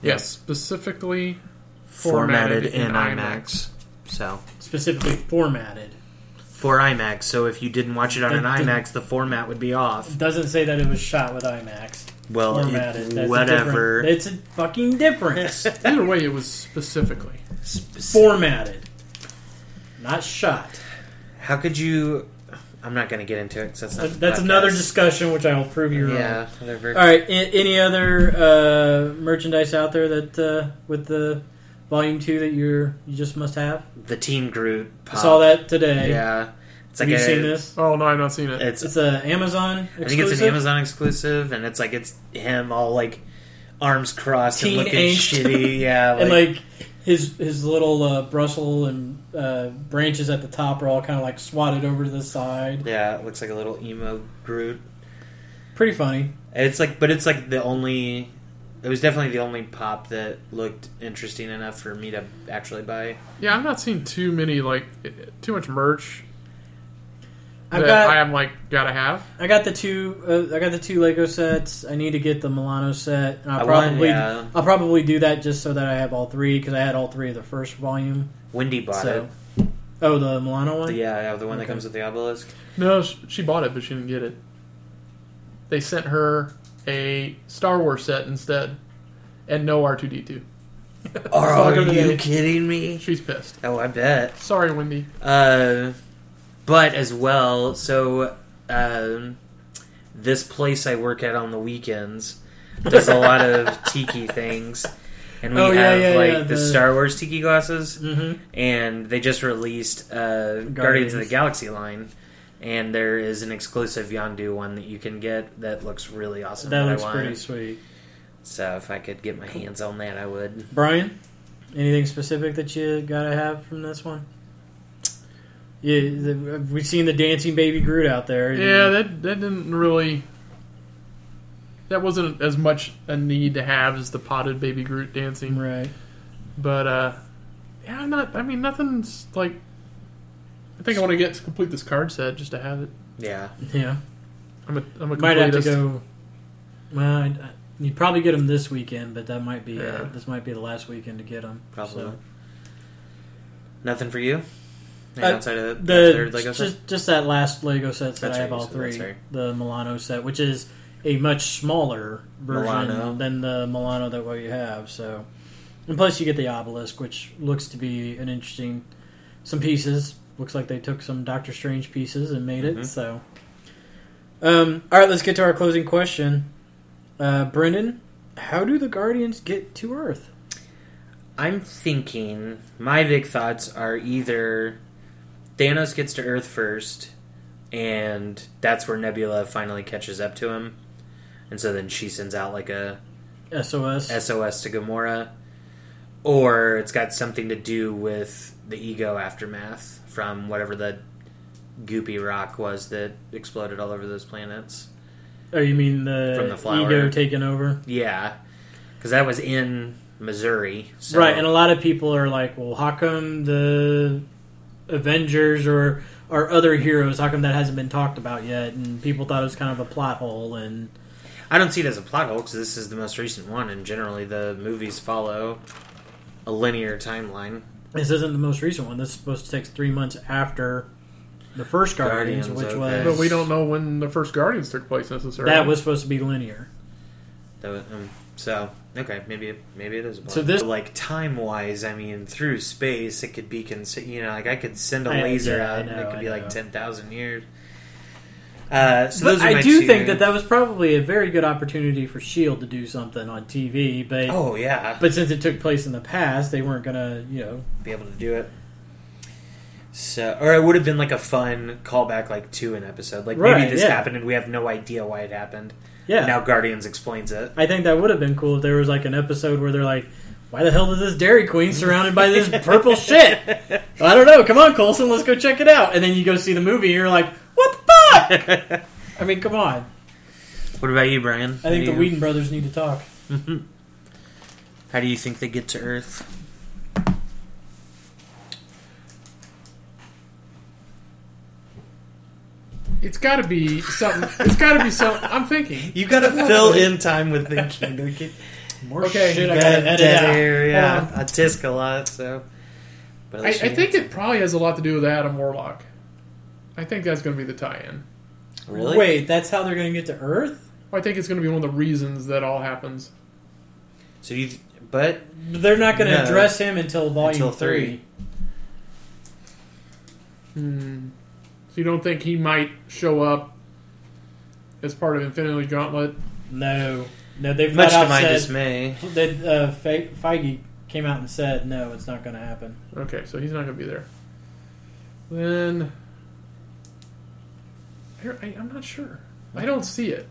Speaker 3: yes specifically
Speaker 4: formatted
Speaker 3: Formatted in
Speaker 4: in IMAX. So
Speaker 2: Specifically formatted.
Speaker 4: for IMAX. So if you didn't watch it on an
Speaker 2: That didn't-
Speaker 4: IMAX, the format would be off.
Speaker 2: It doesn't say that it was shot with IMAX.
Speaker 4: Well,
Speaker 2: formatted.
Speaker 4: it,
Speaker 2: That's
Speaker 4: whatever.
Speaker 2: A different- it's a fucking difference.
Speaker 3: either way it was specifically
Speaker 2: formatted. Not shot.
Speaker 4: How could you? I'm not going to get into it. 'cause that's not the
Speaker 2: That's another
Speaker 4: podcast.
Speaker 2: discussion, which I will prove you wrong.
Speaker 4: Yeah, they're very-
Speaker 2: All right. a- Any other uh, merchandise out there that uh, with the volume two that you're you just must have?
Speaker 4: the Teen Groot.
Speaker 2: I
Speaker 4: Pop.
Speaker 2: saw that today.
Speaker 4: Uh, Yeah, it's
Speaker 2: Have
Speaker 4: like
Speaker 2: you
Speaker 4: a-
Speaker 2: seen this?
Speaker 3: oh no i've not seen it
Speaker 4: It's
Speaker 2: It's a Amazon. Exclusive.
Speaker 4: I think it's an Amazon exclusive, and it's like it's him all like arms crossed
Speaker 2: Teen
Speaker 4: and looking
Speaker 2: angst.
Speaker 4: shitty. Yeah, like,
Speaker 2: (laughs) and like his his little uh, Brussels and uh, branches at the top are all kind of like swatted over to the side.
Speaker 4: yeah, it looks like a little emo Groot.
Speaker 2: Pretty funny.
Speaker 4: And It's like, but it's like the only. It was definitely the only pop that looked interesting enough for me to actually buy.
Speaker 3: yeah i've not seen too many like too much merch
Speaker 2: I've
Speaker 3: that
Speaker 2: got
Speaker 3: I am like gotta have.
Speaker 2: I got the two uh, I got the two Lego sets. I need to get the Milano set. And I'll
Speaker 4: I want-
Speaker 2: probably
Speaker 4: yeah.
Speaker 2: I'll probably do that just so that I have all three because I had all three of the first volume.
Speaker 4: Wendy bought
Speaker 2: so oh the Milano
Speaker 4: it.
Speaker 2: one.
Speaker 4: Yeah, yeah, the one
Speaker 2: Okay.
Speaker 4: that comes with the obelisk.
Speaker 3: No, sh- she bought it, but she didn't get it. They sent her a Star Wars set instead, and no R two D two.
Speaker 4: Are,
Speaker 3: I'll go to
Speaker 4: you
Speaker 3: the-
Speaker 4: kidding me?
Speaker 3: She's pissed.
Speaker 4: Oh, I bet.
Speaker 3: Sorry, Wendy.
Speaker 4: Uh, but as well, so um, this place I work at on the weekends does a
Speaker 2: (laughs)
Speaker 4: lot of tiki things, and we
Speaker 2: Oh, yeah,
Speaker 4: have
Speaker 2: yeah,
Speaker 4: like
Speaker 2: yeah,
Speaker 4: the,
Speaker 2: the-
Speaker 4: Star Wars tiki glasses,
Speaker 2: Mm-hmm.
Speaker 4: and they just released uh, Guardians. of the
Speaker 2: Guardians.
Speaker 4: Galaxy line. And there is an exclusive Yondu one that you can get that looks really awesome.
Speaker 2: That
Speaker 4: I
Speaker 2: looks
Speaker 4: want.
Speaker 2: pretty sweet.
Speaker 4: So if I could get my hands on that, I would.
Speaker 2: Brian, anything specific that you gotta have from this one? Yeah, the, uh, we've seen the dancing baby Groot out there.
Speaker 3: Yeah, that that didn't really. That wasn't as much a need to have as the potted baby Groot dancing,
Speaker 2: right.
Speaker 3: but uh, yeah, I'm not. I mean, nothing's like. I think I want to get to complete this card set just to have it.
Speaker 4: Yeah,
Speaker 2: Yeah,
Speaker 3: I'm a I'm a completist.
Speaker 2: might have to go. Well, I, I- you'd probably get them this weekend, but that might be uh,
Speaker 4: Yeah.
Speaker 2: this might be the last weekend to get them.
Speaker 4: probably. Nothing for you.
Speaker 2: Uh,
Speaker 4: outside of the,
Speaker 2: the
Speaker 4: third Lego set?
Speaker 2: just just that last Lego set that
Speaker 4: That's
Speaker 2: I have
Speaker 4: right,
Speaker 2: all
Speaker 4: you said that's
Speaker 2: three,
Speaker 4: right.
Speaker 2: the Milano set, which is a much smaller version
Speaker 4: Milano.
Speaker 2: than the Milano that we have. So, and plus you get the obelisk, which looks to be an interesting some pieces. Looks like they took some Doctor Strange pieces and made
Speaker 4: Mhm.
Speaker 2: it. So, um, all right, let's get to our closing question, uh, Brendan. How do the Guardians get to Earth?
Speaker 4: I'm thinking my big thoughts are either Thanos gets to Earth first, and that's where Nebula finally catches up to him, and so then she sends out like a
Speaker 2: SOS.
Speaker 4: SOS to Gamora, or it's got something to do with the ego aftermath from whatever the goopy rock was that exploded all over those planets.
Speaker 2: oh, you mean the,
Speaker 4: From the flower.
Speaker 2: ego taking over?
Speaker 4: Yeah, because that was in Missouri. So.
Speaker 2: Right, and a lot of people are like, "Well, how come the Avengers or or other heroes? How come that hasn't been talked about yet?" And people thought it was kind of a plot hole. And
Speaker 4: I don't see it as a plot hole because this is the most recent one, and generally the movies follow a linear timeline.
Speaker 2: this isn't the most recent one. This is supposed to take three months after the first Guardians,
Speaker 4: Guardians,
Speaker 2: which
Speaker 4: okay.
Speaker 2: was
Speaker 3: But we don't know when the first Guardians took place necessarily.
Speaker 2: that was supposed to be linear.
Speaker 4: That was- um, so okay, maybe it, maybe it is. A plot
Speaker 2: So
Speaker 4: hole.
Speaker 2: this-
Speaker 4: like time wise, I mean, through space, it could be considered. You know, like I could send a
Speaker 2: I-
Speaker 4: laser
Speaker 2: yeah, I
Speaker 4: out, and
Speaker 2: know,
Speaker 4: it could
Speaker 2: I
Speaker 4: be like
Speaker 2: know.
Speaker 4: ten thousand years. Uh, so
Speaker 2: But
Speaker 4: those are
Speaker 2: I
Speaker 4: my
Speaker 2: do
Speaker 4: two-
Speaker 2: think that that was probably a very good opportunity for Shield E to do something on TV, but
Speaker 4: Oh yeah,
Speaker 2: but since it took place in the past, they weren't gonna, you know,
Speaker 4: be able to do it. So, or it would have been like a fun callback, like to an episode, like
Speaker 2: Right,
Speaker 4: maybe this
Speaker 2: yeah.
Speaker 4: happened and we have no idea why it happened.
Speaker 2: yeah.
Speaker 4: Now Guardians
Speaker 2: (laughs)
Speaker 4: explains it.
Speaker 2: I think that would have been cool if there was like an episode where they're like, "Why the hell is this Dairy Queen surrounded by (laughs) this purple shit?" I don't know. Come on, Colson, let's go check it out. And then you go see the movie, and you're like, "What the fuck?" I mean, come on.
Speaker 4: What about you, Brian?
Speaker 2: I think the Whedon brothers need to talk.
Speaker 4: How do you think they get to Earth?
Speaker 3: It's got to be something. It's got to be something. I'm thinking.
Speaker 4: You
Speaker 2: (laughs)
Speaker 4: gotta fill in time with thinking. to get
Speaker 2: More
Speaker 3: Okay,
Speaker 2: shit I
Speaker 4: that
Speaker 2: gotta edit
Speaker 4: dead
Speaker 2: out.
Speaker 4: air. Yeah,
Speaker 3: Um,
Speaker 4: I tisk a lot, so. But at
Speaker 3: I, I
Speaker 4: least you-
Speaker 3: think it probably has a lot to do with Adam Warlock. I think that's going to be the tie-in.
Speaker 4: really
Speaker 2: Wait, that's how they're gonna get to Earth?
Speaker 3: I think it's going to be one of the reasons that all happens.
Speaker 4: So you, but
Speaker 2: They're not gonna
Speaker 4: No.
Speaker 2: address him until Volume
Speaker 4: Until
Speaker 2: three.
Speaker 4: three.
Speaker 3: Hmm. So you don't think he might show up as part of Infinity Gauntlet?
Speaker 2: No, no, they've
Speaker 4: much
Speaker 2: not
Speaker 4: to my
Speaker 2: said.
Speaker 4: dismay,
Speaker 2: They, uh, Fe- Feige came out and said, "No, it's not gonna happen."
Speaker 3: Okay, so he's not going to be there. Then I, I- I'm not sure. I don't see it.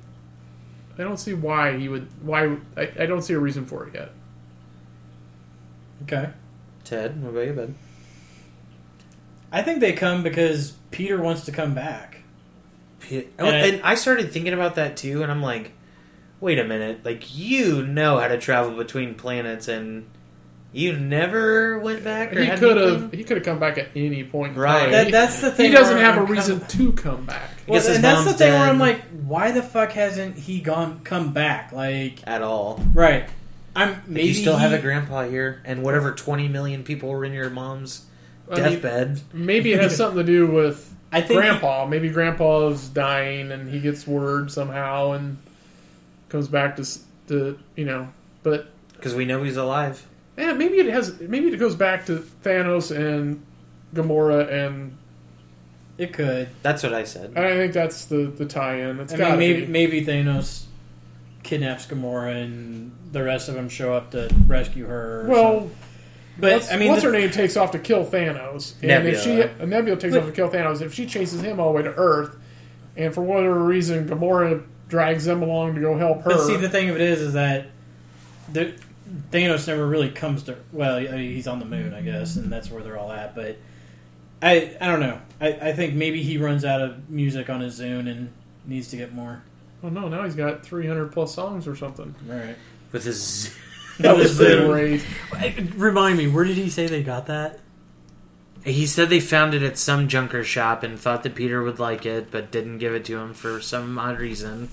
Speaker 3: I don't see why he would. Why I, I don't see a reason for it yet.
Speaker 2: Okay.
Speaker 4: Ted. What about you, bud?
Speaker 2: I think they come because Peter wants to come back.
Speaker 4: P- oh,
Speaker 2: And I-
Speaker 4: and I started thinking about that too, and I'm like, wait a minute, like you know how to travel between planets, and you never went back. Or
Speaker 3: He
Speaker 4: had
Speaker 3: could
Speaker 4: anything?
Speaker 3: have. He could have come back at any point. in
Speaker 4: Right.
Speaker 3: time.
Speaker 2: That, that's the
Speaker 3: He,
Speaker 2: thing.
Speaker 3: he doesn't
Speaker 2: where
Speaker 3: have a
Speaker 2: I'm
Speaker 3: reason
Speaker 2: kind of-
Speaker 3: to come back.
Speaker 2: well,
Speaker 4: guess his
Speaker 2: and that's the
Speaker 4: mom's
Speaker 2: thing where I'm
Speaker 4: dead.
Speaker 2: like, why the fuck hasn't he gone come back? Like,
Speaker 4: at all.
Speaker 2: right? I'm
Speaker 4: If
Speaker 2: maybe
Speaker 4: you still have
Speaker 2: he-
Speaker 4: a grandpa here, and whatever 20 million people were in your mom's
Speaker 3: I mean,
Speaker 4: deathbed.
Speaker 3: maybe
Speaker 2: (laughs)
Speaker 3: it has something to do with
Speaker 2: I think
Speaker 3: grandpa. Maybe grandpa's dying and he gets word somehow and comes back to s- to you know. But
Speaker 4: Because we know he's alive.
Speaker 3: yeah, maybe it has. Maybe it goes back to Thanos and Gamora, and
Speaker 2: it could.
Speaker 4: That's what I said.
Speaker 3: I think that's the the tie-in. It's
Speaker 2: I mean,
Speaker 3: got to
Speaker 2: maybe
Speaker 3: be.
Speaker 2: maybe Thanos kidnaps Gamora and the rest of them show up to rescue her. or something.
Speaker 3: well,
Speaker 2: but
Speaker 3: what's,
Speaker 2: I mean,
Speaker 3: what's
Speaker 2: the-
Speaker 3: her name takes off to kill Thanos, and if she
Speaker 4: Nebula.
Speaker 3: uh, Nebula takes off to kill Thanos, if she chases him all the way to Earth, and for whatever reason Gamora drags them along to go help her.
Speaker 2: But see, the thing of it is, is that the, Thanos never really comes to. Well, I mean, he's on the moon, I guess, and that's where they're all at. But I, I don't know. I, I think maybe he runs out of music on his Zune and needs to get more.
Speaker 3: oh no, now he's got three hundred plus songs or something.
Speaker 2: All right.
Speaker 4: With his.
Speaker 3: That was
Speaker 2: Zune.
Speaker 3: great.
Speaker 2: Remind me, where did he say they got that?
Speaker 4: He said they found it at some junker shop and thought that Peter would like it, but didn't give it to him for some odd reason.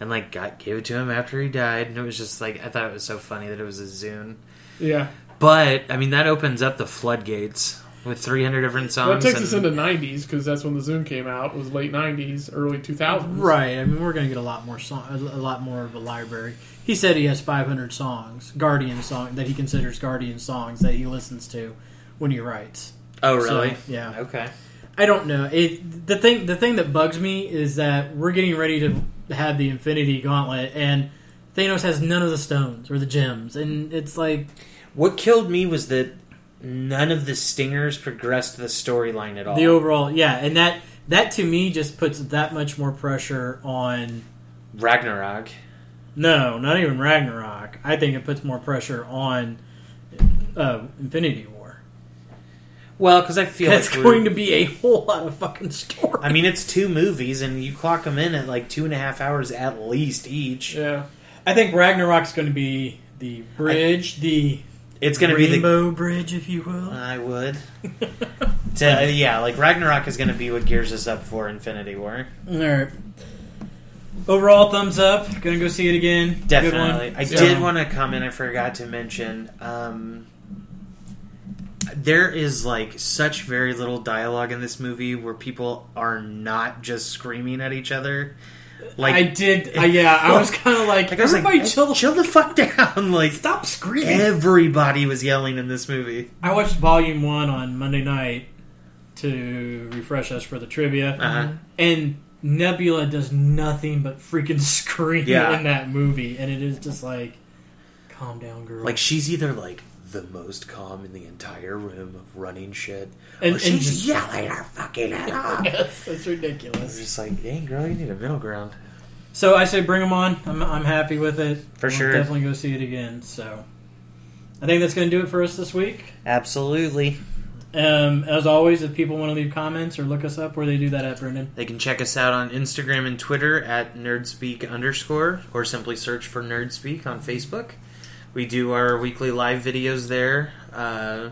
Speaker 4: And, like, God gave it to him after he died. And it was just like, I thought it was so funny that it was a Zune.
Speaker 3: Yeah,
Speaker 4: But, I mean, that opens up the floodgates with 300 different
Speaker 3: that
Speaker 4: songs.
Speaker 3: takes us
Speaker 4: and-
Speaker 3: into '90s because that's when the Zoom came out. It was late '90s, early 2000s.
Speaker 2: Right. I mean, we're going to get a lot more song, a lot more of a library. He said he has 500 songs, Guardian song that he considers Guardian songs that he listens to when he writes.
Speaker 4: Oh,
Speaker 2: So,
Speaker 4: really?
Speaker 2: yeah.
Speaker 4: Okay.
Speaker 2: I don't know. It the thing the thing that bugs me is that we're getting ready to have the Infinity Gauntlet and Thanos has none of the stones or the gems and it's like
Speaker 4: What killed me was that none of the stingers progressed the storyline at all.
Speaker 2: the overall yeah and that that to me just puts that much more pressure on
Speaker 4: Ragnarok.
Speaker 2: no not even Ragnarok I think it puts more pressure on uh, Infinity War
Speaker 4: Well, because I feel
Speaker 2: that's
Speaker 4: like we're- (laughs)
Speaker 2: going to be a whole lot of fucking story
Speaker 4: I mean, it's two movies, and you clock them in at like two and a half hours at least each.
Speaker 3: Yeah,
Speaker 2: I think Ragnarok's going to be the bridge, the
Speaker 4: It's going to be the
Speaker 2: rainbow bridge, if you will.
Speaker 4: I (laughs) would. to, yeah, like Ragnarok is going to be what gears us up for Infinity War.
Speaker 2: All right. Overall, thumbs up. Gonna go see it again. Good
Speaker 4: Definitely.
Speaker 2: one.
Speaker 4: I
Speaker 2: So-
Speaker 4: did want to comment. I forgot to mention. Um, there is like such very little dialogue in this movie where people are not just screaming at each other. Like
Speaker 2: I did. I yeah,
Speaker 4: (laughs)
Speaker 2: I was kind of like,
Speaker 4: Like, I was like,
Speaker 2: everybody chill. the
Speaker 4: chill the fuck down. (laughs) Like
Speaker 2: Stop screaming.
Speaker 4: everybody was yelling in this movie.
Speaker 2: I watched Volume One on Monday night to refresh us for the trivia,
Speaker 4: Uh-huh.
Speaker 2: and Nebula does nothing but freaking (laughs) scream
Speaker 4: Yeah.
Speaker 2: in that movie, and it is just like, calm down, girl.
Speaker 4: Like she's either like the most calm in the entire room, running shit,
Speaker 2: And-
Speaker 4: or
Speaker 2: and
Speaker 4: she's
Speaker 2: just-
Speaker 4: yelling her fucking head
Speaker 2: (laughs)
Speaker 4: off.
Speaker 2: yes, (laughs) that's
Speaker 4: It's
Speaker 2: ridiculous.
Speaker 4: just like, dang girl, you need a middle ground.
Speaker 2: So I say, bring them on. I'm, I'm happy with it.
Speaker 4: For
Speaker 2: We'll
Speaker 4: sure.
Speaker 2: definitely go see it again. So I think that's going to do it for us this week.
Speaker 4: Absolutely.
Speaker 2: Um, as always, if people want to leave comments or look us up, where they do that at, Brendan.
Speaker 4: They can check us out on Instagram and Twitter at nerdspeak underscore, or simply search for nerdspeak on Facebook. We do our weekly live videos there. Uh,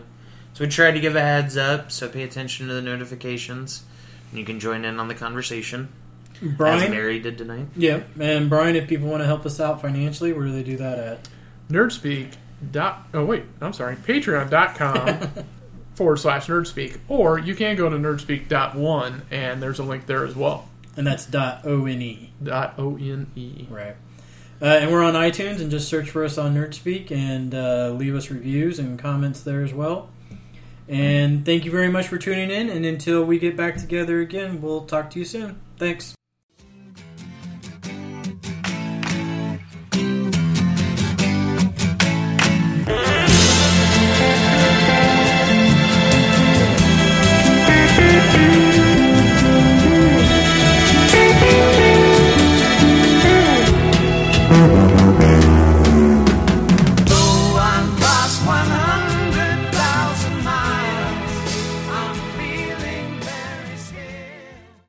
Speaker 4: so we try to give a heads up, so pay attention to the notifications. And you can join in on the conversation, as
Speaker 2: Brian.
Speaker 4: Mary did tonight.
Speaker 2: Yeah, and Brian, if people want to help us out financially, where do they do that at?
Speaker 3: Nerdspeak dot oh wait, I'm sorry, (laughs) patreon.com forward slash nerdspeak. Or you can go to nerdspeak dot one and there's a link there as well.
Speaker 2: and that's dot o n e
Speaker 3: Dot O N E.
Speaker 2: right uh, and we're on itunes and just search for us on nerdspeak and uh, leave us reviews and comments there as well and thank you very much for tuning in and until we get back together again we'll talk to you soon thanks